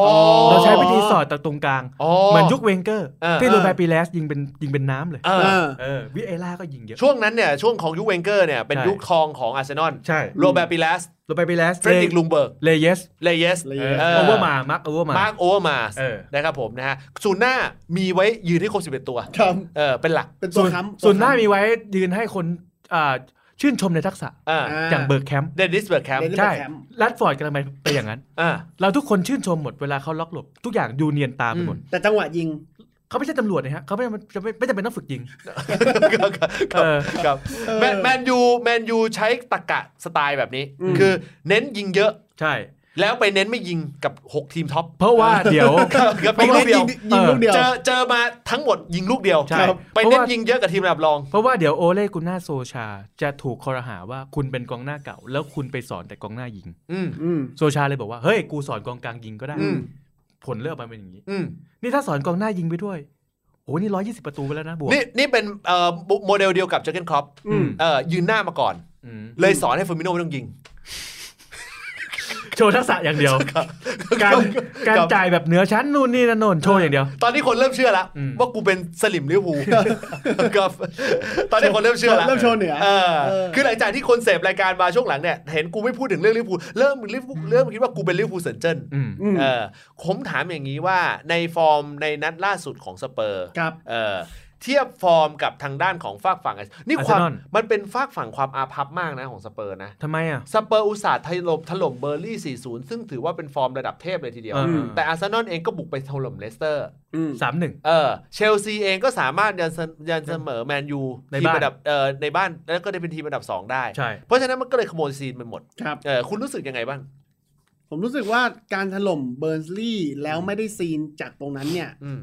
เราใช้วิธีสอดจากตรงกลาง อ๋อ เหมือนยุคเวงเกอร์ เออ ที่โรเบ เอ ร์ อ ปีเลสยิงเป็นยิงเป็นน้ำเลย เออ เออ เออวิเอล่าก็ยิงเยอะ ช่วงนั้นเนี่ย ช่วงของยุคเวนเกอร์เนี่ยเป็น ใช่ ยุคทองของอาร์เซนอล ใช่ โรเบร์ตปิเลส โรเบร์ปีเลส เฟรดริกลุงเบิร์ก เลเยส เลเยส Reyes โอเวอร์มามาร์คโอเวอร์มา มาร์คโอเวอร์มาส เออ นะครับผมนะฮะศูนย์หน้ามีไว้ยืนให้ครบ11 ตัว ครับ เออเป็นหลัก เป็นตั ส่ ว วน ค้ำ ส่วนหน้ามีไว้ยืนให้คนอ่าชื่นชมในทักษะ อ่า อย่างเบิร์กแคมป์ เดนนิสเบิร์กแคมป์ ใช่ ใช่ลัดฟอร์ดกำลังไปไปอย่างนั้น อ่ า เราทุกคนชื่นชมหมดเวลาเขาล็อกหลบ ทุกอย่างยูเนียนตามไปหมด แต่จังหวะยิง เขาไม่ใช่ตำรวจนะฮะเขาไม่จะไม่ไม่จำเป็นต้องฝึกยิง ครับค เอ รับ อ ครับ เออ แมนแมนยูแมนยูใช้ตะกะสไตล์แบบนี้ อืม คือเน้นยิงเยอะ ใช่ แล้วไปเน้นไม่ยิงกับ 6 ทีมท็อป เพราะว่าเดี๋ยว กับ ยิ ยิงลูกเดียว งยิงลูกเดียว เจอเจอมาทั้งหมดยิงลูกเดียว ใช่ ไป เพ เน้น ราะว่า ยิงเยอะกับทีมระดับรอง เพราะว่าเดี๋ยวโอเล่กุนนาโซชาจะถูกคอรหาว่าคุณเป็นกองหน้าเก่า แล้วคุณไปสอนแต่กองหน้ายิง อืม อืม โซชาเลยบอกว่า เฮ้ย กูสอนกองกลางยิงก็ได้ อืม ผลเลือกมาเป็นอย่างนี้ อืม นี่ถ้าสอนกองหน้ายิงไปด้วย โอ้นี่ร้อยยี่สิบประตูไปแล้วนะบวก นี่นี่เป็นเอ่อโมเดลเดียวกับเจอร์เกนครอป อืม เอ่อยืนหน้ามาก่อน อืม เลยสอนให้เฟอร์มิโนไม่ต้องยิง โชว์ทักษะอย่างเดียว ครับ การการ ครับ จ่ายแบบเหนือชั้นนู่นนี่นั่นโน่นโชว์อย่างเดียว ตอนนี้คนเริ่มเชื่อแล้ว อืม ว่ากูเป็นสลิมลิเวอร์พูลครับตอนนี้คนเริ่มเชื่อแล้ว เริ่มโชว์เหนือ เออ เออ คือหลังจากที่คนเสพรายการมาช่วงหลังเนี่ยเห็นกูไม่พูดถึงเรื่องลิเวอร์พูลเริ่มลิเวอร์พูลเริ่มคิดว่ากูเป็นลิเวอร์พูลเซนเจน อืม อืม เออผมถามอย่างนี้ว่าในฟอร์มในนัดล่าสุดของสเปอร์ ครับ เออเทียบฟอร์มกับทางด้านของฝากฝั่งนี่ความ อาร์เซนอล มันเป็นฝากฝั่งความอาภัพมากนะของสเปอร์นะ ทำไมอ่ะ สเปอร์อุตสาห์ถล่มถล่มเบอร์ลี่ 40 ซึ่งถือว่าเป็นฟอร์มระดับเทพเลยทีเดียว อืม แต่อาร์เซนอลเองก็บุกไปถล่มเลสเตอร์ อืม สามหนึ่ง เออเชลซีเองก็สามารถยันเสยันเสมอแมนยู ใน ทีม บ้าน ระดับเออในบ้านแล้วก็ได้เป็นทีมระดับ 2 ได้ ใช่ เพราะฉะนั้นมันก็เลยขโมยซีนมันหมด ครับ เออคุณรู้สึกยังไงบ้าง ผมรู้สึกว่าการถล่มเบิร์นลีย์แล้วไม่ได้ซีนจากตรงนั้นเนี่ย อืม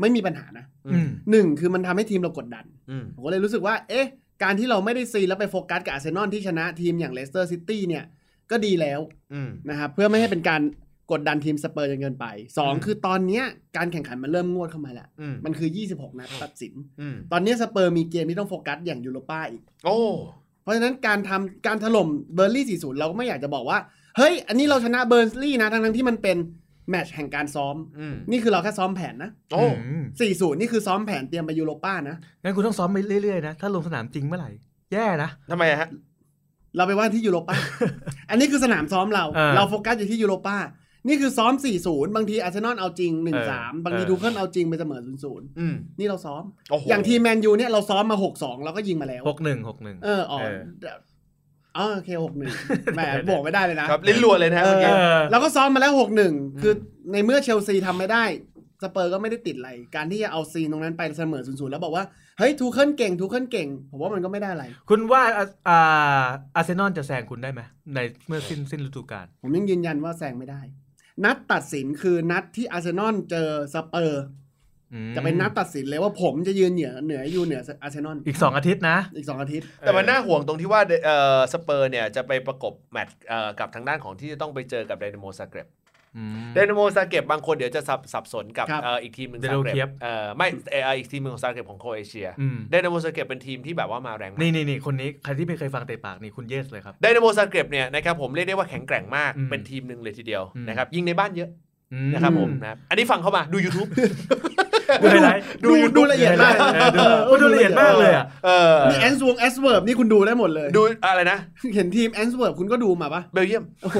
ไม่มีปัญหานะ อื อื ม ม หนึ่งคือมันทำให้ทีมเรากดดัน อืม ผมก็เลยรู้สึกว่า เอ๊ะ การที่เราไม่ได้ซีนแล้วไปโฟกัสกับอาร์เซนอลที่ชนะทีมอย่างเลสเตอร์ซิตี้เนี่ย ก็ดีแล้ว อืม นะครับ เพื่อไม่ให้เป็นการกดดันทีมสเปอร์จนเกินไปสอง อืม คือตอนเนี้ยการแข่งขันมันเริ่มงวดเข้ามาแล้ว อืม มันคือ 26 นัดตัดสิน อืม ตอนเนี้ยสเปอร์มีเกมที่ต้องโฟกัสอย่างยูโรป้าอีก โอ้ เพราะฉะนั้นการทำการถล่มเบอร์ลี่ 40 เราก็ไม่อยากจะบอกว่า เฮ้ย อันนี้เราชนะเบอร์ลี่นะ ทั้งๆที่มันเป็นแมตช์แห่งการซ้อม อืม นี่คือเราแค่ซ้อมแผนนะ โอ้ ม 40 นี่คือซ้อมแผนเตรียมไปยูโรป้านะ งั้นคุณต้องซ้อมไปเรื่อยๆนะ ถ้าลงสนามจริงเมื่อไหร่ แย่นะ ทำไมอะฮะ เราไปว่าที่ยูโรป้า อันนี้คือสนามซ้อมเรา เออ เราโฟกัสอยู่ที่ยูโรป้า นี่คือซ้อม 40 บางทีอาร์เซนอลเอาจริง 1-3 บางที เออ ทูเคิลเอาจริงไปเสมอ 0-0 อืม นี่เราซ้อม โอ้โห อย่างทีมแมนยูเนี่ยเราซ้อมมา 6-2 เราก็ยิงมาแล้ว หกหนึ่งหกหนึ่ง เอออ่อน เออ เออโอเคหกหนึ่งแหมบวกไม่ได้เลยนะ ครับลิ้นรัวเลยนะฮะ เอ เมื่อ อ กี้ เราก็ซ้อมมาแล้วหกหนึ่งคือในเมื่อเชลซีทำไม่ได้สเปอร์ก็ไม่ได้ติดอะไร การที่จะเอาซีนตรงนั้นไปเสมอศูนย์แล้วบอกว่า เฮ้ยทูเคิลเก่งทูเคิลเก่ง ผมว่ามันก็ไม่ได้อะไร คุณว่าอาอ่าอาร์เซนอลจะแซงคุณได้ไหมในเมื่อสิ้นสิ้นฤดูกาล ผมยังยืนยันว่าแซงไม่ได้ นัดตัดสินคือนัดที่อาร์เซนอลเจอสเปอร์ อืม จะเป็นนัดตัดสินเลยว่าผมจะยืนเหนือเหนืออยู่เหนืออาร์เซนอล อีกสองอาทิตย์นะ อีกสองอาทิตย์ แต่มันน่าห่วงตรงที่ว่าเอ่อสเปอร์เนี่ยจะไปประกบแมตช์เอ่อกับทางด้านของที่จะต้องไปเจอกับไดนาโมซาเกร็บ อืม เดนโมซาเก็บบางคนเดี๋ยวจะสับสับสนกับ ครับ เอ่ออีกทีมหนึ่ง เด ซา โล เก็ เคีย บบ เอ่อไม่เอ่ออีกทีมหนึ่งของซาเก็บของโครเอเชีย อืม เดนโมซาเก็บเป็นทีมที่แบบว่ามาแรงมาก นี่นี่นี่คนนี้ใครที่ไม่เคยฟังเตะปากนี่คุณเยสเลยครับ เดนโมซาเก็บเนี่ยนะครับผมเรียกได้ว่าแข็งแกร่งมาก อืม เป็นทีมหนึ่งเลยทีเดียว อืม นะครับยิงในบ้านเยอะ อื นะครับผมนะครับอันนี้ฟังเข้ามาดู YouTube ดูไฮไลท์ ดูดูละเอียดมาก เออดูโอ้ดูละเอียดมากเลยอ่ะ เอ อ มีแอนส์วงแอสเวิร์บนี่คุณดูได้หมดเลย ดูอะไรนะ เห็นทีมแอนส์เวิร์บคุณก็ดูมาปะ เบลเยียม โอ้โห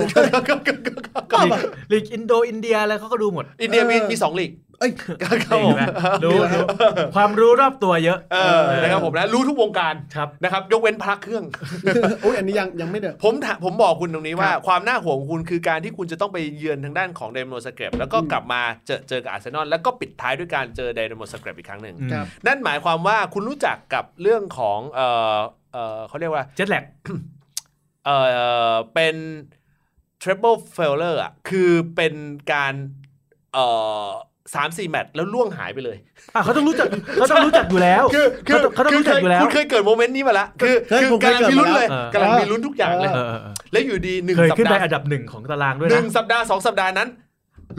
ก็แบบลีกอินโดอินเดียอะไรเขาก็ดูหมด อินเดียมี เออ มีสองลีก เอ้ย ครับผม เห็นไหมรู้รู้ความรู้รอบตัวเยอะ เออนะครับผมนะรู้ทุกวงการ ครับ นะครับยกเว้นพลักเครื่อง โอ้ยอันนี้ยังยังไม่เด้อ ผมถามผมบอกคุณตรงนี้ว่า ครับ ความน่าห่วงของคุณคือการที่คุณจะต้องไปเยือนทางด้านของไดมอนสเกรบแล้วก็ อืม กลับมาเจอเจอกับอาร์เซนอลแล้วก็ปิดท้ายด้วยการเจอไดมอนสเกรบอีกครั้งหนึ่ง ครับ นั่นหมายความว่าคุณรู้จักกับเรื่องของเออเออเขาเรียกว่า เจ็ดแลก เออเป็นทริปเปิลเฟลเลอร์อ่ะคือเป็นการเออสามสี่แมตช์แล้วล่วงหายไปเลย อ่ะเขาต้องรู้จักเขาต้องรู้จักอยู่แล้ว คือคือ เขาต้องรู้จักอยู่แล้ว คุณเคยเกิดโมเมนต์นี้มาละคือ เคย คือ ผมเค กำ ย ลัง เกิด มีลุ้น มาแล้ว เลย เออ กำลังมีลุ้นทุกอย่างเลย เออเออเออ แล้วอยู่ดีหนึ่ง เคย สัป ขึ้นไป ดาห์ อันดับหนึ่งของตารางด้วย ห นะ นึ่งสัปดาห์สองสัปดาห์นั้น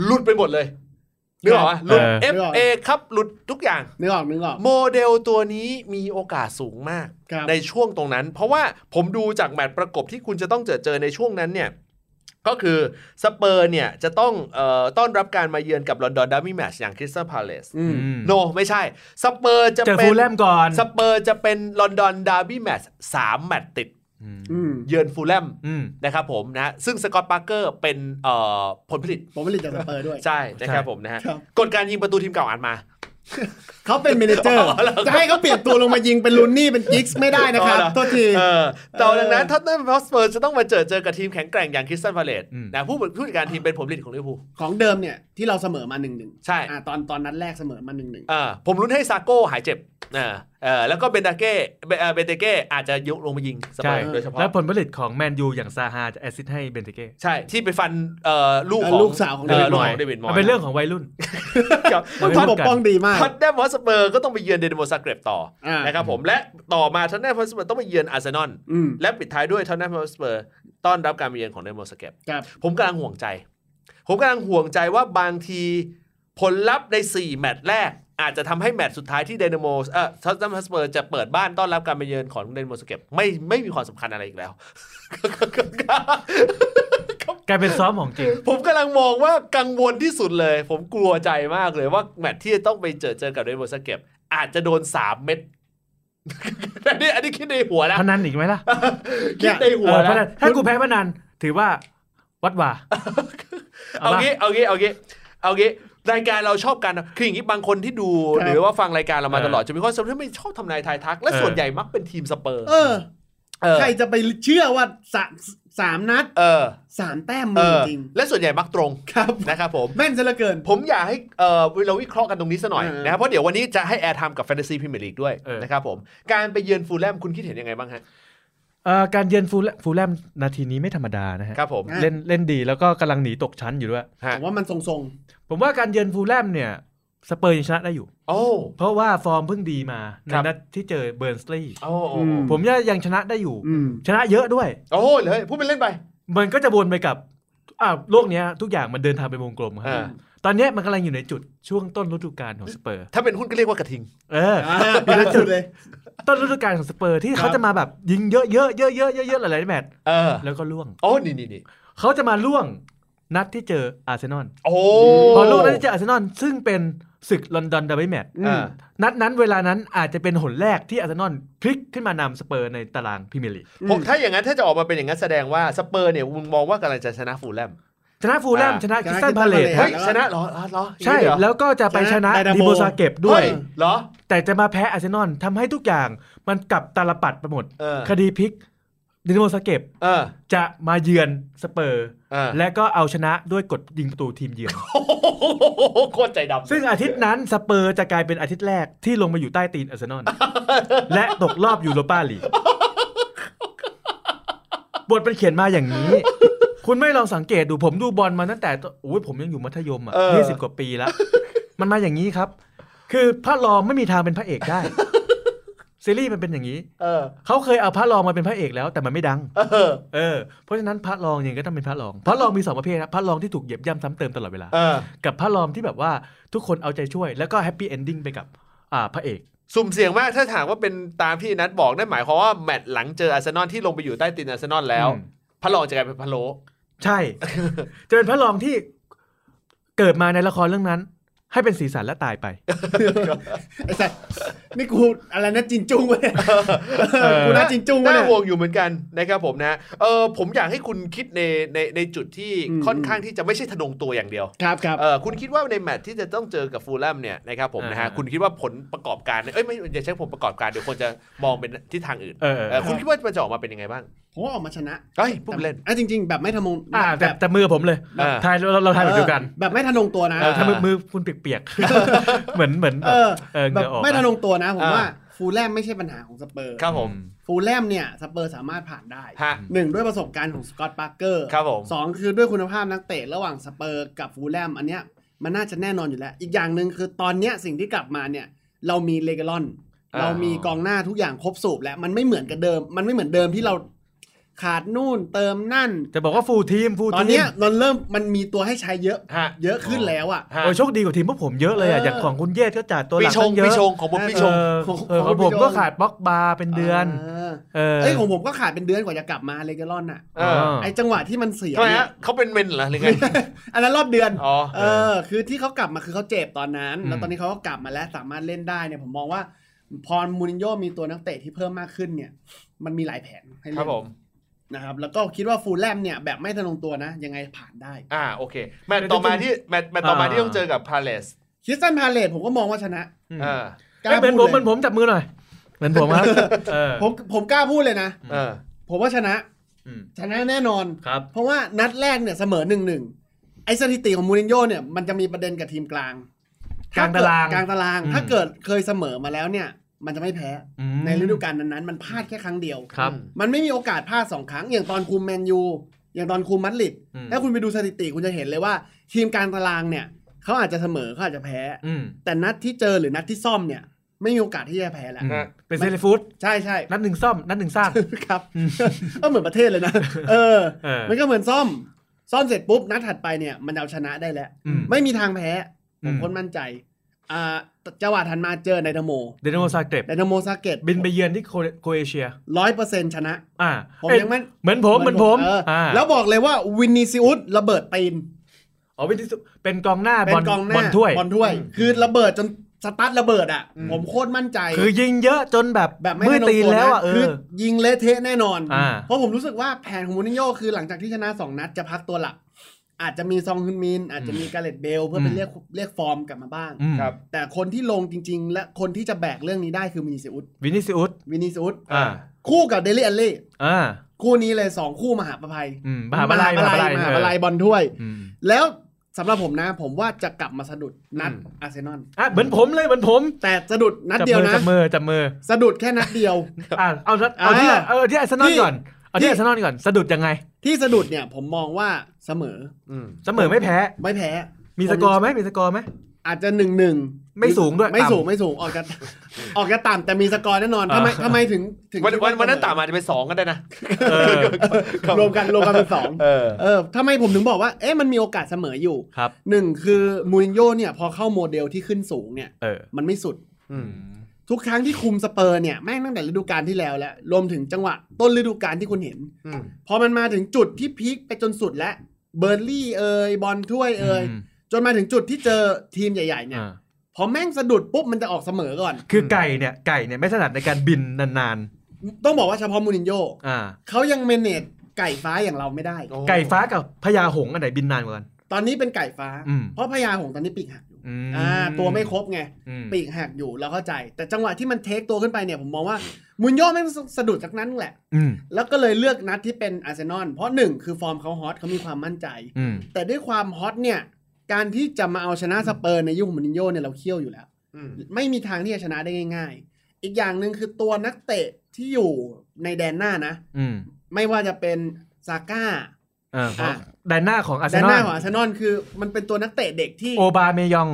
หลุดไปหมดเลยนึกออกปะหลุด เออ FA ครับหลุดทุกอย่าง นึกออกนึกออก โมเดลตัวนี้มีโอกาสสูงมาก ครับ ในช่วงตรงนั้น เพราะว่าผมดูจากแมตช์ประกบที่คุณจะต้องเจอเจอในช่วงนั้นเนี่ย ก็คือสเปอร์เนี่ย จะต้องเอ่อต้อนรับการมาเยือนกับลอนดอนดาร์บี้แมชอย่างคริสตัลพาเลส อืม อืม โนไม่ใช่ สเปอร์จะ เจอ เป็ ฟู น ลแลมก่อน สเปอร์จะเป็นลอนดอนดาร์บี้แมชสามแมตช์ติด อืม อืม เยือนฟูลแลม อืม นะครับผมนะซึ่งสกอตต์ปาร์เกอร์เป็นเอ่อผลผลิต ผมผลิตจากสเปอร์ด้วย ใช่นะครับ ใช่ ผมนะฮะ ครับ กฎการยิงประตูทีมเก่าอ่านมา เขาเป็นเมเนเจอร์ จะให้เขาเปลี่ยนตัวลงมายิงเป็นลุนนี่เป็นกิกส์ไม่ได้นะครับโทษที เออแต่ว่า เออ ดังนั้นท็อตเทนแฮมฮอสเปอร์จะต้องมาเจอเจอกับทีมแข็งแกร่งอย่างคริสตันพาเลต อืม นะผู้ผู้จัดการทีมเป็นผลผลิตของลิเวอร์พูล ของเดิมเนี่ยที่เราเสมอมาหนึ่งหนึ่ง ใช่ อ่าตอนตอนนัดแรกเสมอมาหนึ่งหนึ่ง เออผมรุ้นให้ซาโก้หายเจ็บเออเออแล้วก็เบนดาเก้เบเอ่อเบนเตเก้อาจจะยกลงมายิงสเป ใช่ อร์โดยเฉพาะ และผลผลิตของแมนยูอย่างซาฮาจะแอสซิสต์ให้เบนเทเก้ ใช่ที่ไปฟันเอ่อลูกของ ลูกสาวของ เอ เดิ อ ม ลูกของเดวิดมอ มัน ย เป็นเรื่องของวัยรุ่น ครับ มันเป็น เขา เรื่ ปกป้องดีมาก ท็อตแนมฮอสเปอร์ก็ต้องไปเยือนเดนโมซาเกร็บต่อ อ่า อนะครับผมและต่อมาท็อตแนมฮอสเปอร์ต้องไปเยือนอาร์เซนอล อืม และปิดท้ายด้วยทอนนัมสเปอร์ต้อนรับการมาเยือนของเดนมอสเก็ป ครับ ผมกำลังห่วงใจ ผมกำลังห่วงใจว่าบางทีผลลัพธ์ใน 4 แมตช์แรก อาจจะทำให้แมตช์สุดท้ายที่เดนโมเอ่อทอตนัมสเปอร์จะเปิดบ้านต้อนรับการมาเยือนของเดนมอสเก็ปไม่ไม่มีความสำคัญอะไรอีกแล้ว ครับ กลายเป็นซ้อมของจริง ผมกำลังมองว่ากังวลที่สุดเลย ผมกลัวใจมากเลยว่าแมตช์ที่จะต้องไปเจอเจอกับเดนเวอร์สเก็บ อาจจะโดนสามเม็ด อันนี้อันนี้คิดในหัวนะ พนันอีกไหมล่ะ คิดในหั เอ ว อพนั นะ นถ้ากูแพ้พนันถือว่าวัดว่า เอางี้เอางี้เอางี้เอางี้รายการเราชอบกันคืออย่างนี้บางคนที่ดู คหรับรือว่าฟังรายการเรามา เออ ตลอดจะมีความรู้สึกว่าไม่ชอบทำนายทายทัก และ เออ ส่วนใหญ่มักเป็นทีมสเปอร์ เออ เออ ใครจะไปเชื่อว่าสามสามนัด เออ สามแต้ม เอ มือ อ จริง และส่วนใหญ่มักตรง ครับ นะครับผม แม่นซะเหลือเกิน ผมอยากให้เอ่อเราวิเคราะห์กันตรงนี้ซะหน่อย เออ นะครับเพราะเดี๋ยววันนี้จะให้แอร์ไทม์กับแฟนตาซีพรีเมียร์ลีกด้วย เออ นะครับผม การไปเยือนฟูลแลมคุณคิดเห็นยังไงบ้างฮะ เอ่อการเยือนฟูลแลฟูลแลมนาทีนี้ไม่ธรรมดานะฮะ ครับผม อ่ะ เล่นเล่นดีแล้วก็กำลังหนีตกชั้นอยู่ด้วย ฮะ ผมว่ามันทรง ผมว่าการเยือนฟูลแลมเนี่ยสเปอร์ยังชนะได้อยู่ โอ้ เพราะว่าฟอร์มเพิ่งดีมาใน ครับ นัดที่เจอเบิร์นสลีย์ โอ้โอ ผมว่ายังชนะได้อยู่ ๆอืม ชนะเยอะด้วย โอ้เลยพูดเป็นเล่นไป มันก็จะวนไปกับอ่าโลกเนี้ยทุกอย่างมันเดินทางเป็นวงกลมครั อ่า บตอนเนี้ยมันกำลังอยู่ในจุดช่วงต้นฤดูกาลของสเปอร์ ถ้าเป็นหุ้นก็เรียกว่ากระทิง เออ อ่าเป็นจุดเลย ต้นฤดูกาลของสเปอร์ที่ ครับ เขาจะมาแบบยิงเยอะๆเยอะๆเยอะๆเยอะๆหลายๆแมตช์ เออ แล้วก็ล่วง โอ้นี่นี่นี่ เขาจะมาล่วงนัดที่เจออาร์เซนอล โอ้ พอลูกนั้นเจออาร์เซนอลซึ่งเป็นศึกลอนดอนเดับเบิลแมตช์ อ่า นัดนั้นเวลานั้นอาจจะเป็นหนแรกที่อาร์เซนอลพลิกขึ้นมานำสเปอร์ในตารางพรีเมียร์ลีก อืม ผมถ้าอย่างนั้นถ้าจะออกมาเป็นอย่างนั้นแสดงว่าสเปอร์เนี่ยมึงมองว่ากำลังจะชนะฟูลแลม ชนะฟูลแลม อ่า ชนะ ชครินะสตันพาเลต Crystal เฮ้ย Palace ชนะเหรออ๋อเหรอ ใช่ อย่างนี้เลยเหรอ แล้วก็จะไปชนะ ชนะ ดิโบ Dynamo ซาเก็บด้วย เฮ้เหรอ แต่จะมาแพ้อาร์เซนอลทำให้ทุกอย่างมันกลับตาลปัดไปหมด เออ คดีพลิกดิโบซาเก็บ เออ จะมาเยือนสเปอร์ เออ และก็เอาชนะด้วยกฎยิงประตูทีมเยือน โอ้โหโคตรใจดำ ซึ่งอาทิตย์นั้นสเปอร์จะกลายเป็นอาทิตย์แรกที่ลงมาอยู่ใต้ตีนอาร์เซนอล และตกรอบยูโรปา ลีกบทเป็นเขียนมาอย่างนี้ คุณไม่ลองสังเกตดูผมดูบอลมาตั้งแต่ตโอ้ยผมยังอยู่มัธยมอ่ะ เออ ยี่สิบกว่าปีแล้ว มันมาอย่างนี้ครับ คือพระรองไม่มีทางเป็นพระเอก ได้ ซีรีส์มันเป็นอย่างนี้ เออ เขาเคยเอาพระรองมาเป็นพระเอกแล้วแต่มันไม่ดัง เออ เออเพราะฉะนั้นพระรองยังไงก็ต้องเป็นพระรอง พระรองมีสองประเภทครับพระรองที่ถูกเหยียบย่ำซ้ำเติมตลอดเวลา เออ กับพระรอมที่แบบว่าทุกคนเอาใจช่วยแล้วก็แฮปปี้เอนดิ้งไปกับอ่าพระเอก สุ่มเสี่ยงมากถ้าถามว่าเป็นตามที่นัดบอกนั่นหมายความว่าแมตช์หลังเจออาร์เซนอลที่ลงไปอยู่ใต้ตีนอาร์เซนอลแล้ว อืม พระรองจะกลายเป็นพระโล ใช่ จะเป็นพระรองที่เกิดมาในละครเรื่องนั้น ให้เป็นสีสันและตายไป ไอ้สัสนี่กูอะไรนะจินจุ้งวะเนี่ยกูน่าจินจุ้งวะ น่า เนี่ย ห่วงอยู่เหมือนกันนะครับผมนะเออผมอยากให้คุณคิดในในในจุดที่ อืม ค่อนข้างที่จะไม่ใช่ทะนงตัวอย่างเดียว ครับครับ เออคุณคิดว่าในแมตช์ที่จะต้องเจอกับฟูลแลมเนี่ยนะครับผมนะฮะ อ่า คุณคิดว่าผลประกอบการเนี่ยเอ้ยไม่อย่าใช้ผมประกอบการเดี๋ยวคนจะมองเป็นทิศทางอื่น เออ เออคุณคิดว่ามันจะออกมาเป็นยังไงบ้าง ผมว่าออกมาชนะ เฮ้ยพูดเล่น แต่อ่ะจริง ๆ แบบไม่ทะมง อ่าแต่แต่มือผมเลย เออ ทายเราเราทายแบบเดียวกัน ออแบบไม่ทะนงตัวนะ เออ ทำมือมือคุณเปียกๆ เหมือนเหมือนแบ เอบ อ เออเห แบ งื่ บ อออก ไม่ทะนงตัวนะ ผม อ่า ว่าฟูลแลมไม่ใช่ปัญหาของสเปอร์ ครับผม ฟูลแลมเนี่ยสเปอร์สามารถผ่านได้ ฮะ หนึ่งด้วยประสบการณ์ของสกอตต์ปาร์เกอร์ ครับผม สองคือด้วยคุณภาพนักเตะระหว่างสเปอร์กับฟูลแลมอันเนี้ยมันน่าจะแน่นอนอยู่แล้ว อีกอย่างหนึ่งคือตอนเนี้ยสิ่งที่กลับมาเนี่ย เรามีเลกาลอน อ่า เรามีกองหน้าทุกอย่างครบสูบแล้วมันไม่เหมือนกับเดิม มันไม่เหมือนเดิมที่เราขาดนู่นเติมนั่น จะบอกว่าฟูลทีมฟูล ต ทีม อนเนี้ยเราเริ่มมันมีตัวให้ใช้เยอะ ฮะ เยอะขึ้นแล้วอ่ะ ฮะ โอ้ยโชคดีกว่าทีมพวกผมเยอะเลยอ่ะ เออ อ อ ย่างของคุณเยศก็จ่ายตัวห ปี ลัก ชง ตั้งเย ปี อะ ชงของผมปีชง เออเออของผมก็ขาดบล็อกบาร์เป็นเดือน า เออ เอ้ยของผมก็ขาดเป็นเดือนกว่าจะกลับมาเลกาลอนอ่ะ เออ ไอจังหวะที่มันเสีย ทำไม เนี่ ฮะ ย เขาเป็นเมนเหรอหรือไง อันนั้นรอบเดือน อ๋อ เออ คือที่เขากลับมาคือเขาเจ็บตอนนั้น แล้วตอนนี้เขาก็กลับมาแล้วสามารถเล่นได้เนี่ยผมมองว่า พอมูรินโญ่มีตัวนักเตะที่เพิ่มมากขึ้นเนี่ย มันมีหลายแผนให้ ครั เล่ บ น ผม นะครับ แล้วก็คิดว่าฟูลแลมเนี่ยแบบไม่ทะนงตัวนะ ยังไงผ่านได้ อ่า โอเค แมตช์ต่อมาที่แมตช์แมตช์ต่อมา อ่า ที่ต้องเจอกับพาเลส คริสตันพาเลตผมก็มองว่าชนะ อืม เออก ล้า เอ้ยเหมือนผ พู ม ด เหมือน เลผยมจับมือหน่อย เหมือนผมครับเออ ผมผมกล้าพูดเลยนะ เออ ผมว่าชนะ อืม ชนะแน่นอน ครับ เพราะว่านัดแรกเนี่ยเสมอหนึ่งหนึ่งไอสถิติของมูรินโญ่เนี่ยมันจะมีประเด็นกับทีมกลาง กลางตาราง กลางตาราง อืม ถ้าเกิดเคยเสมอมาแล้วเนี่ย มันจะไม่แพ้ อืม ในฤดูกาลนั้นๆ มันพลาดแค่ครั้งเดียว ครับ มันไม่มีโอกาสพลาดสองครั้ง อย่างตอนคุมแมนยู อย่างตอนคุมมัดริด อืม ถ้าคุณไปดูสถิติคุณจะเห็นเลยว่า ทีมกลารตารางเนี่ยเขาอาจจะเสมอเขาอาจจะแพ้ อืม แต่นัดที่เจอหรือนัดที่ซ่อมเนี่ย ไม่มีโอกาสที่จะแพ้แล้ว อืม ฮะ เป็นเซเลฟูด ใช่ใช่ นัดหนึ่งซ่อม นัดหนึ่งสร้าง ครับ ก็เหมือนประเทศเลยนะ เออ เออ มันก็เหมือนซ่อม ซ่อมเสร็จปุ๊บนัดถัดไปเนี่ย มันเอาชนะได้แล้ว อืม ไม่มีทางแพ้ ผม อืม คนมั่นใจ อ่าจังหวะถัดมาเจอไดนาโม เดนโมซาเกร็บ ไดนาโมซาเกต บินไปเยือนที่โคโครเอเชีย ร้อยเปอร์เซ็นต์ชนะ อ่า ผม เอ้ย ยังไม่ เหมือนผมเหมือนผม เอออ่ า แล้วบอกเลยว่าวินนิซิอุสระเบิดตีน อ๋อเป็นที่สุดเป็นกองหน้า เป็ บอล นกองหน้า บอลถ้วย บอลถ้วย คือระเบิดจนสตาร์ทระเบิดอ่ะ ผมโคตรมั่นใจ คือยิงเยอะจนแบบ แบบไม่ มือ ได้ ตีน ง แล้วอ่ะเอ คื อ ยิงเละเทะแน่นอน อ่า เพราะผมรู้สึกว่าแผนของมูนินโญ่คือหลังจากที่ชนะสองนัดจะพักตัวหลัก อาจจะมีซองฮึนมิน อาจจะมีการ์เลตเบล เพื่อไปเรียกเรียกฟอร์มกลับมาบ้าง ม ครับ แต่คนที่ลงจริง ๆ และคนที่จะแบกเรื่องนี้ได้คือวินิซิอุส วินิซิอุส วินิซิอุส อ่า คู่กับเดลี่อัลเล่ อ่า คู่นี้เลยสองคู่มหาประภัย อืมมหาบาลัย มหาปะไล ม ม หา หา บา ปะไล ลัย บอลถ้วย อืม แล้วสำหรับผมนะ ผมว่าจะกลับมาสะดุดนัด อืม อาร์เซนอล อ่ะเหมือนผมเลยเหมือนผม แต่สะดุดนัดเดียวนะ จับมือจับมือ สะดุดแค่นัดเดียว จับมืออ่ะเอาละเอาที่ อ่า เอาที่อาร์เซนอล ที่ ก่อนเอาที่ ที่ อาร์เซนอลก่อนสะดุดยังไง ที่สะดุดเนี่ยผมมองว่าเสมอ อืม เสมอไม่แพ้ ไม่แพ้ มีสกอร์ไหมมีสกอร์ไหม อาจจะหนึ่งหนึ่ง ไม่สูงด้วย ไม่ ต่ำ สูงไม่สูงออกจะ ออกจะต่ำแต่มีสกอร์แน่นอนทำไม อ่า ทำไมถึงถึง วัน คิด วันวันนั้น เสอ ต่ำอาจจะเป็นสองก็ได้นะ เออ รวมกันรวมกันเป็นสอง เออ เออทำไมผมถึงบอกว่าเอ๊ะมันมีโอกาสเสมออยู่ ครับ หนึ่งคือมูรินโญ่เนี่ยพอเข้าโมเดลที่ขึ้นสูงเนี่ย เออ มันไม่สุด อืม ทุกครั้งที่คุมสเปอร์เนี่ยแม่งตั้งแต่ฤดูกาลที่แล้วแล้วรวมถึงจังหวะต้นฤดูกาลที่คุณเห็น อืม พอมันมาถึงจุดที่พีคไปจนสุดแล้วเบอร์ลี่เอ่ยบอลถ้วยเอ่ย ม จนมาถึงจุดที่เจอทีมใหญ่ ๆ เนี่ย อ่า พอแม่งสะดุดปุ๊บมันจะออกเสมอก่อน คือไก่เนี่ยไก่เนี่ยไม่ถนัดในการบินนาน ต้องบอกว่าเฉพาะมูรินโญ่ ๆอ่า เขายังเมเนจไก่ฟ้าอย่างเราไม่ได้ โอ้ ไก่ฟ้ากับพญาหงส์อันไหนบินนานกว่ากัน ตอนนี้เป็นไก่ฟ้า อืม เพราะพญาหงส์ตอนนี้ปีกหักอยู่ ม อ่าตัวไม่ครบไง อืม ปีกหักอยู่เราเข้าใจ แต่จังหวะที่มันเทคตัวขึ้นไปเนี่ยผมมองว่ามูรินโญ่แม่งสะดุดจากนั้นแหละ อืม แล้วก็เลยเลือกนัดที่เป็นอาร์เซนอลเพราะหนึ่งคือฟอร์มเขาฮอตเขามีความมั่นใจ อืม แต่ด้วยความฮอตเนี่ย การที่จะมาเอาชนะสเปอร์ในยุคของมูรินโญ่เนี่ยเราเคี่ยวอยู่แล้ว อืม ไม่มีทางที่จะชนะได้ง่าย ๆ อีกอย่างหนึ่งคือตัวนักเตะที่อยู่ในแดนหน้านะ อืม ไม่ว่าจะเป็นซาก้า อ่าเพราะ อ่ะ แดนหน้าของอาร์เซ แดน นอลหน้าของอาร์เซนอลคือมันเป็นตัวนักเตะเด็กที่ โอบาเมยอง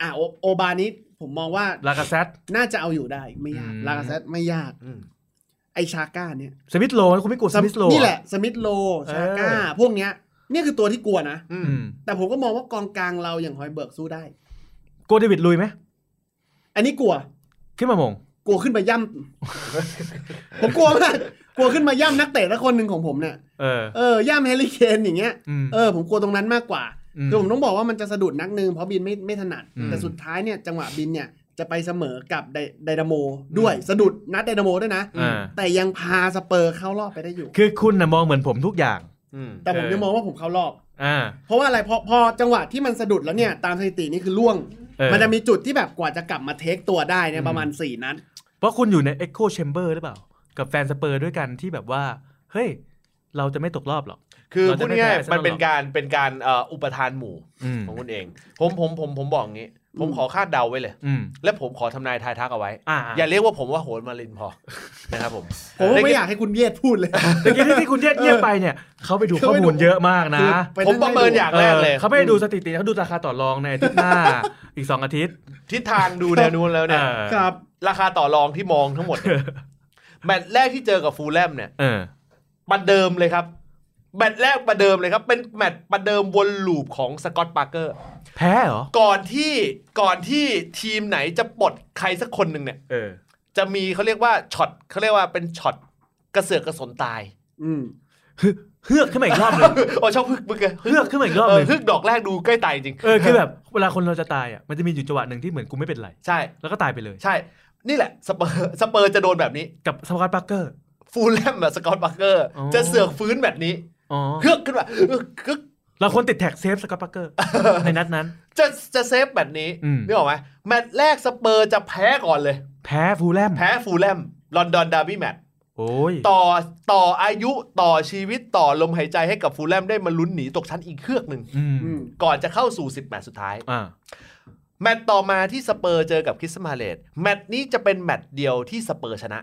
อ่ะโอโอบานี้ผมมองว่า ลากาเซต น่าจะเอาอยู่ได้ไม่ยาก อืม ลากาเซตไม่ยาก อืม ไอชาก้าเนี่ย สมิธโลว์นะคุณไม่กลัวสมิธโลว์ นี่แหละสมิธโล เออ ชาก้าพวกเนี้ยเนี่ยคือตัวที่กลัวนะ อื อื ม ม แต่ผมก็มองว่ากองกลางเราอย่างฮอยเบิร์กสู้ได้ กลัวเดวิดลุยไหม อันนี้กลัว ขึ้นมามง กลัวขึ้นมาย่ำ ผมกลัวมากกลัวขึ้นมาย่ำนักเตะละคนหนึ่งของผมเนี่ย เออ เออย่ำแฮร์รี่เคนอย่างเงี้ย อืม เออผมกลัวตรงนั้นมากกว่า อืม คือผมต้องบอกว่ามันจะสะดุดนักนึงเพราะบินไม่ไม่ถนัด อืม แต่สุดท้ายเนี่ยจังหวะบินเนี่ยจะไปเสมอกับไดไดนาโมด้วยสะดุดนัดไดนาโมด้วยนะ อ่า แต่ยังพาสเปอร์เข้ารอบไปได้อยู่ คือคุณน่ะมองเหมือนผมทุกอย่าง อืม แต่ผม เออ ยังมองว่าผมเข้ารอบ อ่า เพราะว่าอะไรพอพอจังหวะที่มันสะดุดแล้วเนี่ยตามสถิตินี่คือล่วง เออ มันจะมีจุดที่แบบกว่าจะกลับมาเทคตัวได้เนี่ยประมาณสี่นัด เพราะคุณอยู่ใน Echo Chamber หรือเปล่า กับแฟนสเปอร์ด้วยกันที่แบบว่า เฮ้ย เราจะไม่ตกรอบหรอก คือ เรา พู จะ ด ไม่ ง่าย แพ้ ๆมันเป็นการเป็นการเอ่ออุปทานหมู่ อืม ของคุณเอง ผมผมผมผมบอกงี้ ผม อืม ขอคาดเดาไว้เลย อืม และผมขอทำนายทายทักเอาไว้ อ่า อย่าเรียกว่าผมว่าโหนมาลินพอ นะครับผม ผมว่า เรี ไม่ ยก อยากให้คุณเยียดพูดเลย แต่กี้ที่คุณเยียดเยียบไปเนี่ยเขาไปดูข้อมูลเยอะมากนะ คือ ผมประเมินอย่าง เอ แรก อ เลย เขาไม่ได้ดูสถิติเขาดูราคาต่อรองในอา ทิตย์หน้า อีก 2 อาทิตย์ ทิศทางดูแนวนู้นแล้วเนี่ย เออ ครับ ราคาต่อรองที่มองทั้งหมดเนี่ย แมตช์แรกที่เจอกับฟูลแลมเนี่ย เออ ประเดิมเลยครับ แมตช์แรกประเดิมเลยครับ เป็นแมตช์ประเดิมวนลูปของสกอตต์ปาร์เกอร์ แพ้เหรอ ก่อนที่ก่อนที่ทีมไหนจะปลดใครสักคนหนึ่งเนี่ย เออ จะมีเขาเรียกว่าช็อตเขาเรียกว่าเป็นช็อตกระเสือกกระสนตาย อืม เฮือกขึ้นมาอีกรอบหนึ่ง โอ้ชอบฮึกมึงเลย เฮือกขึ้นมาอีกรอบ เอ ห อ นึ่ง ฮึกดอกแรกดูใกล้ตายจริง เออคือแบบเวลาคนเราจะตายอ่ะมันจะมีอยู่จังหวะหนึ่งที่เหมือนกูไม่เป็นไร ใช่ แล้วก็ตายไปเลย ใช่ นี่แหละสเป อร์สเปอร์จะโดนแบบนี้ กับสกอตปาร์เกอร์ ฟูลแลมแบบสกอตต์บัคเกอร์ อ๋อ จะเสือกฟื้นแบบนี้ อ๋อ ฮึกขึ้นมาฮึก เราควรติดแท็กเซฟสกอตปาร์เกอร์ในนัดนั้น จะจะเซฟแบบนี้ อืม นึกออกไหมแมตช์แรกสเปอร์จะแพ้ก่อนเลย แพ้ฟูลแลม แพ้ฟูลแลมลอนดอนดาร์บี้แมตช์ โอ้ย ต่อต่ออายุต่อชีวิตต่อลมหายใจให้กับฟูลแลมได้มาลุ้นหนีตกชั้นอีกเครือกหนึ่ง อืม อืม ก่อนจะเข้าสู่ 10 แมตช์สุดท้าย อ่า แมตต์ต่อมาที่สเปอร์เจอกับคริสตัลมาเลตแมตต์นี้จะเป็นแมตต์เดียวที่สเปอร์ชนะ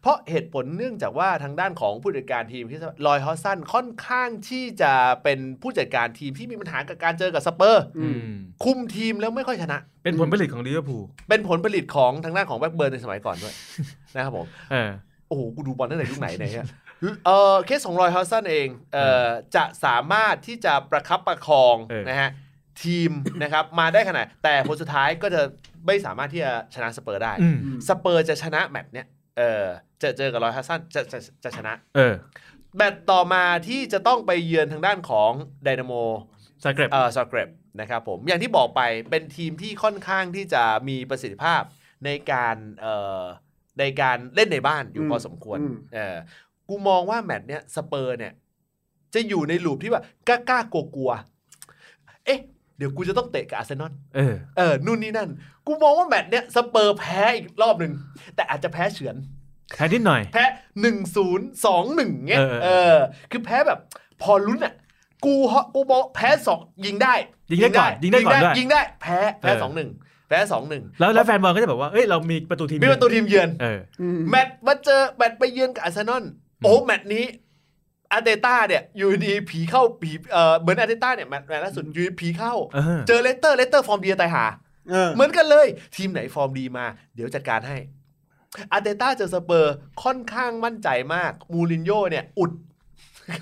เพราะเหตุผลเนื่องจากว่าทางด้านของผู้จัดการทีมคริสตัลลอยฮอสซันค่อนข้างที่จะเป็นผู้จัดการทีมที่มีปัญหากับการเจอกับสเปอร์ อื อื ม ม คุมทีมแล้วไม่ค่อยชนะ เป็นผลผลิตของลิเวอร์พูล เป็นผลผลิตของทางด้านของแบ็กเบิร์นในสมัยก่อนด้วย นะครับผม เออ โอ้โห กูดูบอลตั้งแต่ยุคไหนเนี่ย เออเคสของรอยฮอสซันเอง เออจะสามารถที่จะประคับประคอง เออ นะฮะ ทีม นะครับมาได้ขนาดแต่ผลสุดท้ายก็จะไม่สามารถที่จะชนะสเปอร์ได้ อืม สเปอร์จะชนะแมตช์เนี้ยเออเจะเจอกับรอยฮัสซันจะจะจะชนะ เออ แมตช์ต่อมาที่จะต้องไปเยือนทางด้านของไดนาโม สเกรป เอ่อซาเกรบนะครับผมอย่างที่บอกไปเป็นทีมที่ค่อนข้างที่จะมีประสิทธิภาพในการเอ่อในการเล่นในบ้านอยู่ อืม พอสมควร อืม เออกูมองว่าแมตช์เนี้ยสเปอร์เนี่ย จะอยู่ในลูปที่แบบกล้ากล้ากลัวกลัวๆเอ๊ะ เดี๋ยวกูจะต้องเตะกับอาร์เซนอล เออ เออนู่นนี่นั่น กูมองว่าแมตช์เนี้ยสเปอร์แพ้อีกรอบหนึ่ง แต่อาจจะแพ้เฉือน แค่นิดหน่อย แพ้หนึ่งศูนย์สองหนึ่งเงี้ย เออ เออ คือแพ้แบบพอลุ้นอ่ะ กูฮะกูบอกแพ้สองยิงได้ ยิงได้ก่อนยิงได้ก่อนด้วย ยิงได้แพ้แพ้ เออ สองหนึ่งแพ้สองหนึ่ง แล้วแล้วแฟนบอลก็จะแบบว่า เอ้ย เรามีประตูทีม มีประตูทีมเยือน เออ อืม แมตช์มาเจอแมตช์ไปเยือนกับอาร์เซนอลโอ้แมตช์นี้อาร์เตต้าเนี่ย อยู่ดีผีเข้าผีเอ่อเหมือนอาร์เตต้าเนี่ยแมตช์แมตช์ล่าสุดอยู่ดีผีเข้า เออ เจอเลสเตอร์เลสเตอร์ฟอร์มดีตายหา เออ เหมือนกันเลย ทีมไหนฟอร์มดีมา เดี๋ยวจัดการให้ อาร์เตต้าเจอสเปอร์ค่อนข้างมั่นใจมาก มูรินโญ่เนี่ย อุด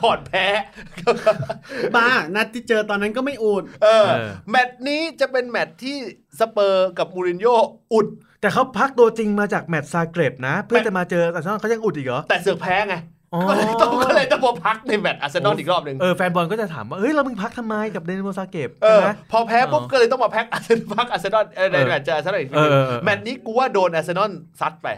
ก่อนแพ้ บ้านัดที่เจอตอนนั้นก็ไม่อูด เออ เออ แมตช์นี้จะเป็นแมตช์ที่สเปอร์กับมูรินโญ่อุด แต่เขาพักตัวจริงมาจากแมตช์ซาเกรปนะ เพื่อจะมาเจออาร์เซนอลเขายังอุดอีกเหรอ แต่เสือกแพ้ไง อ๋อ ก็เลยต้อง ก็เลยต้องมาพักในแมตช์อาร์เซนอลอีกรอบหนึ่ง เออแฟนบอลก็จะถามว่า เอ้ย เรามึงพักทำไมกับเดนโมซาเกรป เออใช่ไหม พอแพ้ปุ๊บ อ๋อ ก็เลยต้องมาแพ็กอาร์เซนพักอาร์เซนอลเออใน เออ แมตช์เจออาร์เซนอลอีกทีหนึง เออเออเออ แมตช์นี้กูว่าโดนอาร์เซนอลซัดไป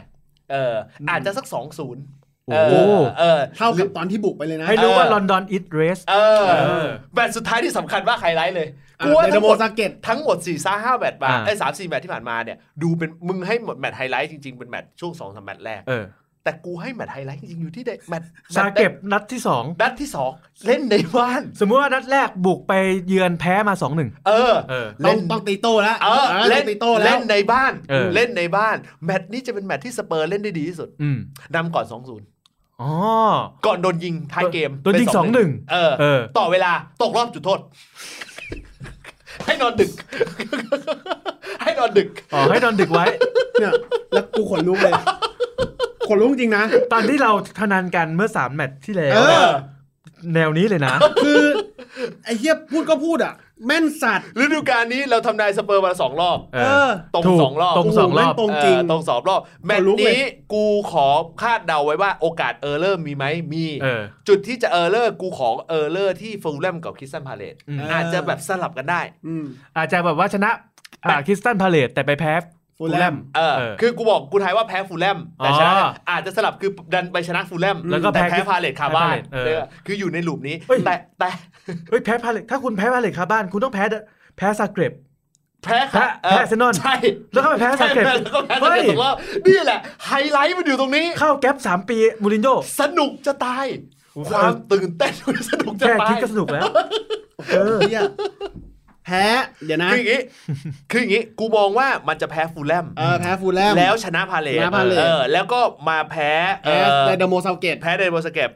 เออ อาจจะสักสองศูนย์ โอ้โห เออ เท่ากับตอนที่บุกไปเลยนะ ให้รู้ว่า เออ ลอนดอนอิตเรส เออ เออ แมตช์สุดท้ายที่สำคัญมากไฮไลท์เลย อ่ะ กูว่า ได ทั้ นางหโมมด ซาเกต ทั้งหมด4ี่ซ่าห้าแมตช์มา อ่า ไอ้สามสี่แมตช์ที่ผ่านมาเนี่ย ดูเป็นมึงให้หมดแมตช์ไฮไลท์จริง ๆ เป็นแมตช์ช่วงสองสามแมตช์แรก เออ แต่กูให้แมตช์ไฮไลท์จริง ๆ อยู่ที่แมตช์แมตช์ ซาเกรปนัดที่สอง นัดที่สองเล่นในบ้าน สมมุติว่านัดแรกบุกไปเยือนแพ้มาสองหนึ่ง เออ เออ ต้อ เล่ ง น ต้องตีโต้แล้ว เออ เล่นตีโต้แล้ เล่ วน ในบ้าน เออ เล่นในบ้าน แมตช์นี้จะเป็นแมตช์ที่สเปอร์เล่นได้ดีที่สุด อืม นำก่อน 2-0 อ๋อ ก่อนโดนยิงท้ายเกม โดนยิง เป็ สองหนึ่ง เออ เออ ต่อเวลาตกรอบจุดโทษ ให้นอนดึก ให้นอนดึก อ๋อให้นอนดึกไว้ เนี่ยแล้วกูขนลุกเลยขนลุกจริงนะ ตอนที่เราทนันกันเมื่อสามแมตช์ที่แล้ เอ ว อ แนวนี้เลยนะ คือไอ้เฮียพูดก็พูดอ่ะ แม่นสัตว์ ฤดูกาลนี้เราทำนายสเปอร์มาสองรอบ เอ เอ อ อ ตรง ถูก สองรอบ ตรงสองรอบ ตรงจริง เออตรงสองรอบ แมต ขนลุ ช์ กเลย นี้กูขอคาดเดาไว้ว่าโอกาสเออร์เลอร์มีไหมมี เออ จุดที่จะเออร์เลอร์กูขอเออร์เลอร์ที่ฟูลแลมกับคริสตันพาเลต อืม อาจจะแบบสลับกันได้ อืม อาจจะแบบว่าชนะอ่าคริสตันพาเลตแต่ไปแพ้ ฟูลแลม เออ เออ คือกูบอกกูทายว่าแพ้ฟูลแลมแต่ชนะ อ๋อ อาจจะสลับคือดันไปชนะฟูลแลม แล้วก็ ต่ แพ้ แพ้พาเลตคาบ้าน แพ้พาเลทเออ เออคืออยู่ในหลุมนี้ เฮ้ย แต่แต่ เฮ้ยแพ้พาเลตถ้าคุณแพ้พาเลตคาบ้าน คุณต้องแพ้เดอะแพ้ซาเกรบ แพ้ค่ะ แพ้แพ้เซนอน ใช่ แล้วก็ไปแพ้ แพ้ ซาเกรบ แล้วก็แพ้ส เฮ้ เก็ ย ตตกรอบนี่แหละ ไฮไลท์มันอยู่ตรงนี้ เข้าแก๊ปสามปีมูรินโญ่ สนุกจะตาย โอ้โห ความตื่นเต้น สนุกจะ แค่ ตา คิด ย ก็สนุกแล้ว เออเฮียแพ้ เดี๋ยวนะ คืออย่างนี้ คืออย่างนี้ กูมองว่ามันจะแพ้ฟูลแลม เออแพ้ฟูลแลม แล้วชนะพาเล ช ต นะพาเลท เออ แล้วก็มาแพ้เอ แพ้ อ ไดนาโมซาวเกต แพ้ไดนาโมสเก็บ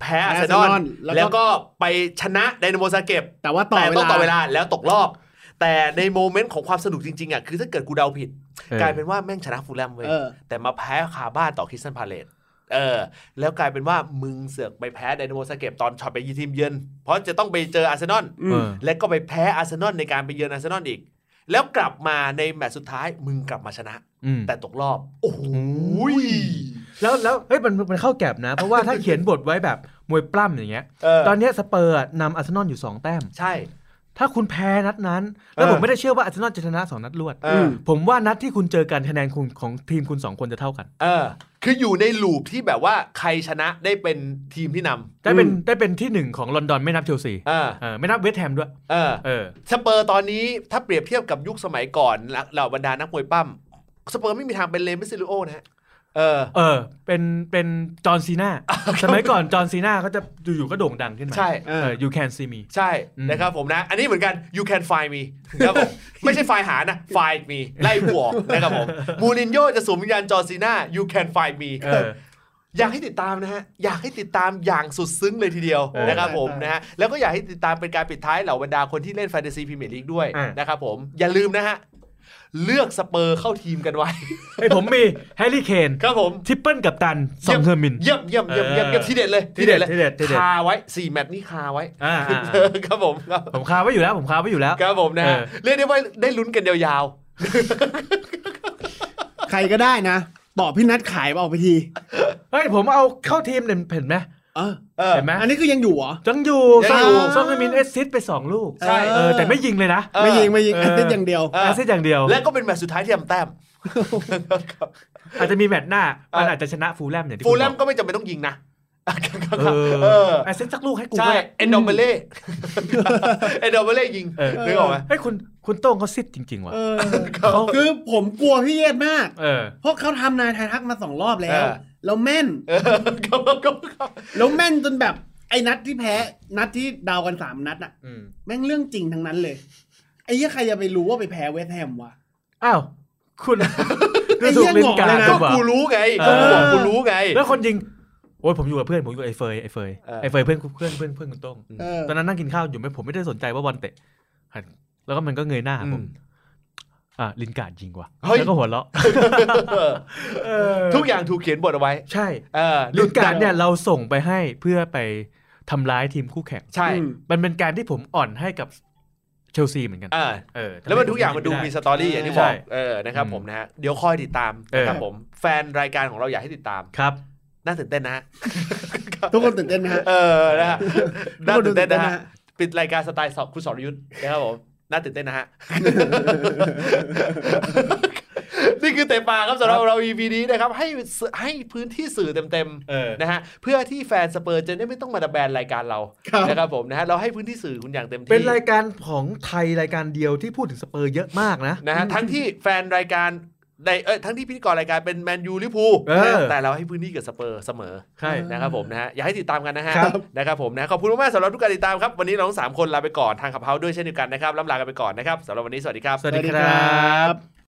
แพ้อาร์ แพ้ เซนอล Arsenal แล้วก็ แล้วก็ไปชนะไดนาโมสเก็บ แต่ว่าต่อ แต่ เว ต้อง ลา ต่อเวลาแล้วตกรอบ แต่ในโมเมนต์ของความสนุกจริงๆอ่ะคือถ้าเกิดกูเดาผิด เออ กลายเป็นว่าแม่งชนะฟูลแลมเว้ย เออ แต่มาแพ้คาบ้านต่อคริสตันพาเลตเออ แล้วกลายเป็นว่ามึงเสือกไปแพ้ไดนาโมสเก็บตอนช็อตไปยีทีมเยือน เพราะจะต้องไปเจออาร์เซนอล อืม เออ และก็ไปแพ้อาร์เซนอลในการไปเยือนอาร์เซนอลอีก แล้วกลับมาในแมตช์สุดท้าย มึงกลับมาชนะ อืม แต่ตกรอบ โอ้โหย แล้วแล้วเฮ้ยมันมันเข้าแก็บนะ เพราะว่าถ้าเขียนบทไว้แบบมวยปล้ำอย่างเงี้ย เออ ตอนเนี้ยสเปอร์อะนำอาร์เซนอลอยู่สองแต้ม ใช่ ถ้าคุณแพ้นัดนั้น แล้วผมไม่ได้เชื่อว่าอาร์เซนอลจะชนะสองนัดรวด เอออ ม ผมว่านัดที่คุณเจอกันคะแนนคุณของทีมคุณสองคนจะเท่ากัน เออ คืออยู่ในลูปที่แบบว่าใครชนะได้เป็นทีมที่น ได้เป็น อืม ได้เป็นที่หนึ่งของลอนดอนไม่นับเชลซี ำเออ เออไม่นับเวสต์แฮมด้วย เออ เออ สเปอร์ตอนนี้ถ้าเปรียบเทียบกับยุคสมัยก่อนเหล่าบรรดานักมวยปั้ม สเปอร์ไม่มีทางเป็นเลมิซิลิโอนะฮะ เออ เออ เป็นเป็นจอห์นซีนาสมัยก่อนจอห์นซีนาเขาจะอยู่ๆก็โด่งดังขึ้นมา ใช่ เออ you can see me ใช่ อืม นะครับผมนะ อันนี้เหมือนกัน you can find me นะครับผม ไม่ใช่ไฟล์หานะ find me ไล่บวกนะครับผม มูรินโญ่จะสวมวิญญาณจอร์ซีน่า you can find me เออ อยากให้ติดตามนะฮะ อยากให้ติดตามอย่างสุดซึ้งเลยทีเดียว เออ นะครับผม ได้ นะฮะ แล้วก็อยากให้ติดตามเป็นการปิดท้ายเหล่าบรรดาคนที่เล่นแฟนตาซีพรีเมียร์ลีกด้วย อ่ะ นะครับผม อย่าลืมนะฮะ เลือกสเปอร์เข้าทีมกันไว้ ไอ้ยผมมีแฮร์รี่เคน ครับผม ทริปเปิลกับตันสองเทอร์มิน เยี่ยมเยี่ยมเยี่ยมเยี่ยมเยี่ยม เออ ทีเด็ดเลย ทีเด็ด เลย ทีเด็ดทีเด็ด คาไว้สี่แมตช์นี้คาไว้ อ่าอ่า เอ อครับผมครับ ผมคาไว้อยู่แล้ว ผมคาไว้อยู่แล้ว ครับผมนะฮะ เออ เรียกได้ว่าได้ลุ้นกันยาว ใครก็ได้นะบอกพี่นัดขายมาออกไปที เฮ้ยผมเอาเข้าทีมเนี่ยเห็นไหม เออ ๆเออ เห็นไหม อันนี้คือยังอยู่เหรอ จังอยู่ ยั ซอง ง อยู่ ซองเทอร์มินเอสซิสไปสองลูก ใช่ เออแต่ไม่ยิงเลยนะ เออ ไม่ยิงไม่ยิง เอ แอ อ สซิสต์อย่างเดียว เอ แอ อ สซิสอย่างเดียว และก็เป็นแมตช์สุดท้ายที่ทำแต้ม อาจจะมีแมตช์หน้า เออ มันอาจจะชนะฟูลแลมอย่างที่ ฟูลแลม คุณบอก ก็ไม่จำเป็นต้องยิงนะ เออ เออ แอสซิสสักลูกให้กู ใช่ ก็ได้ เอ็นดอมเบเล่เอ็นดอมเบเล่ยิง เอ อ นึกออกไหม เฮ้ยคุณคุณโต้งเขาซิดจริง ๆ ว่ะ เออ เขา คือผมกลัวพี่เยศมาก เออ เพราะเขาทำนายไทยทักมาสองรอบแล้ว เออ แล้วแม่น เออครับครับครับ แล้วแม่นจนแบบไอ้นัดที่แพ้ นัดที่เดาวกันสามนัดอะ อืม แม่งเรื่องจริงทั้งนั้นเลย ไอ้เหี้ยใครจะไปรู้ว่าไปแพ้เวสต์แฮมวะ อ้าว คุณ ไอ้เหี้ย ดูถูลิ้น หงอกเลยนะ ก็ ผมว่ะ กูรู้ไง เอ ก็ อ กูบอกกูรู้ไง แล้วคนยิง โอ้ยผมอยู่กับเพื่อน ผมอยู่กับไอ้เฟยไอ้เฟย เออ ไอ้เฟยเพื่อนเพื่อนเพื่อนเพื่อนคุณโต้ง เออ ตอนนั้นนั่งกินข้าวอยู่ไม่ผมไม่ได้สนใจว่าบอลเตะหันแล้วก็มันก็เงยหน้าหาผมอ่ะลินการ์ดยิงว่ะ เฮ้ย แล้วก็หัวเราะ เออทุกอย่างถูกเขียนบทเอาไว้ ใช่ เออ ลินการ์ดเนี่ยเราส่งไปให้เพื่อไปทำร้ายทีมคู่แข่ง ใช่ อืม มันเป็นการที่ผมอ่อนให้กับเชลซีเหมือนกัน เออ เออำ แล้วมัน ให้ ทุกอย่างมันดู ไไ มีสตอรี่อย่างที่บ ใช่ อกเออนะครับผมนะฮะเดี๋ยวคอยติดตาม เออ นะครับผมแฟนรายการของเราอยากให้ติดตาม ครับ น่าตื่นเต้นนะฮะ ทุกคนตื่นเต้นไหมฮะ เออนะฮะน่า ทุกค ตื่นเต้นนะ ไหม ฮะปิดรายการสไตล์สอบคุณสรยุทธ์นะครับผมน่าตื่นเต้นนะฮะ นี่คือเต็มปากครับสำหรับเรา EP นี้นะครับ ให้สื่อให้พื้นที่สื่อเต็ม เออ ๆนะฮะเพื่อที่แฟนสเปอร์จะได้ไม่ต้องมาดับแบนรายการเรา ครับ นะครับผมนะฮะเราให้พื้นที่สื่อคุณอย่างเต็มที่ เป็นรายการของไทยรายการเดียวที่พูดถึงสเปอร์เยอะมากนะ นะฮะทั้งที่แฟนรายการในเอ้ยทั้งที่พิธีกรรายการเป็นแมนยูลิพู เออ แต่เราให้พื้นที่กับสเปอร์เสมอ ใช่ นะครับผมนะฮะอยากให้ติดตามกันนะฮะ ครับ นะครับผมนะขอบคุณมากๆสำหรับทุกการติดตามครับ วันนี้เราทั้งสามคนลาไปก่อนทางขับเฮาด้วยเช่นเดียวกันนะครับล่ำลากันไปก่อนนะครับสำหรับวันนี้สวัสดีครับ สวัสดีครับ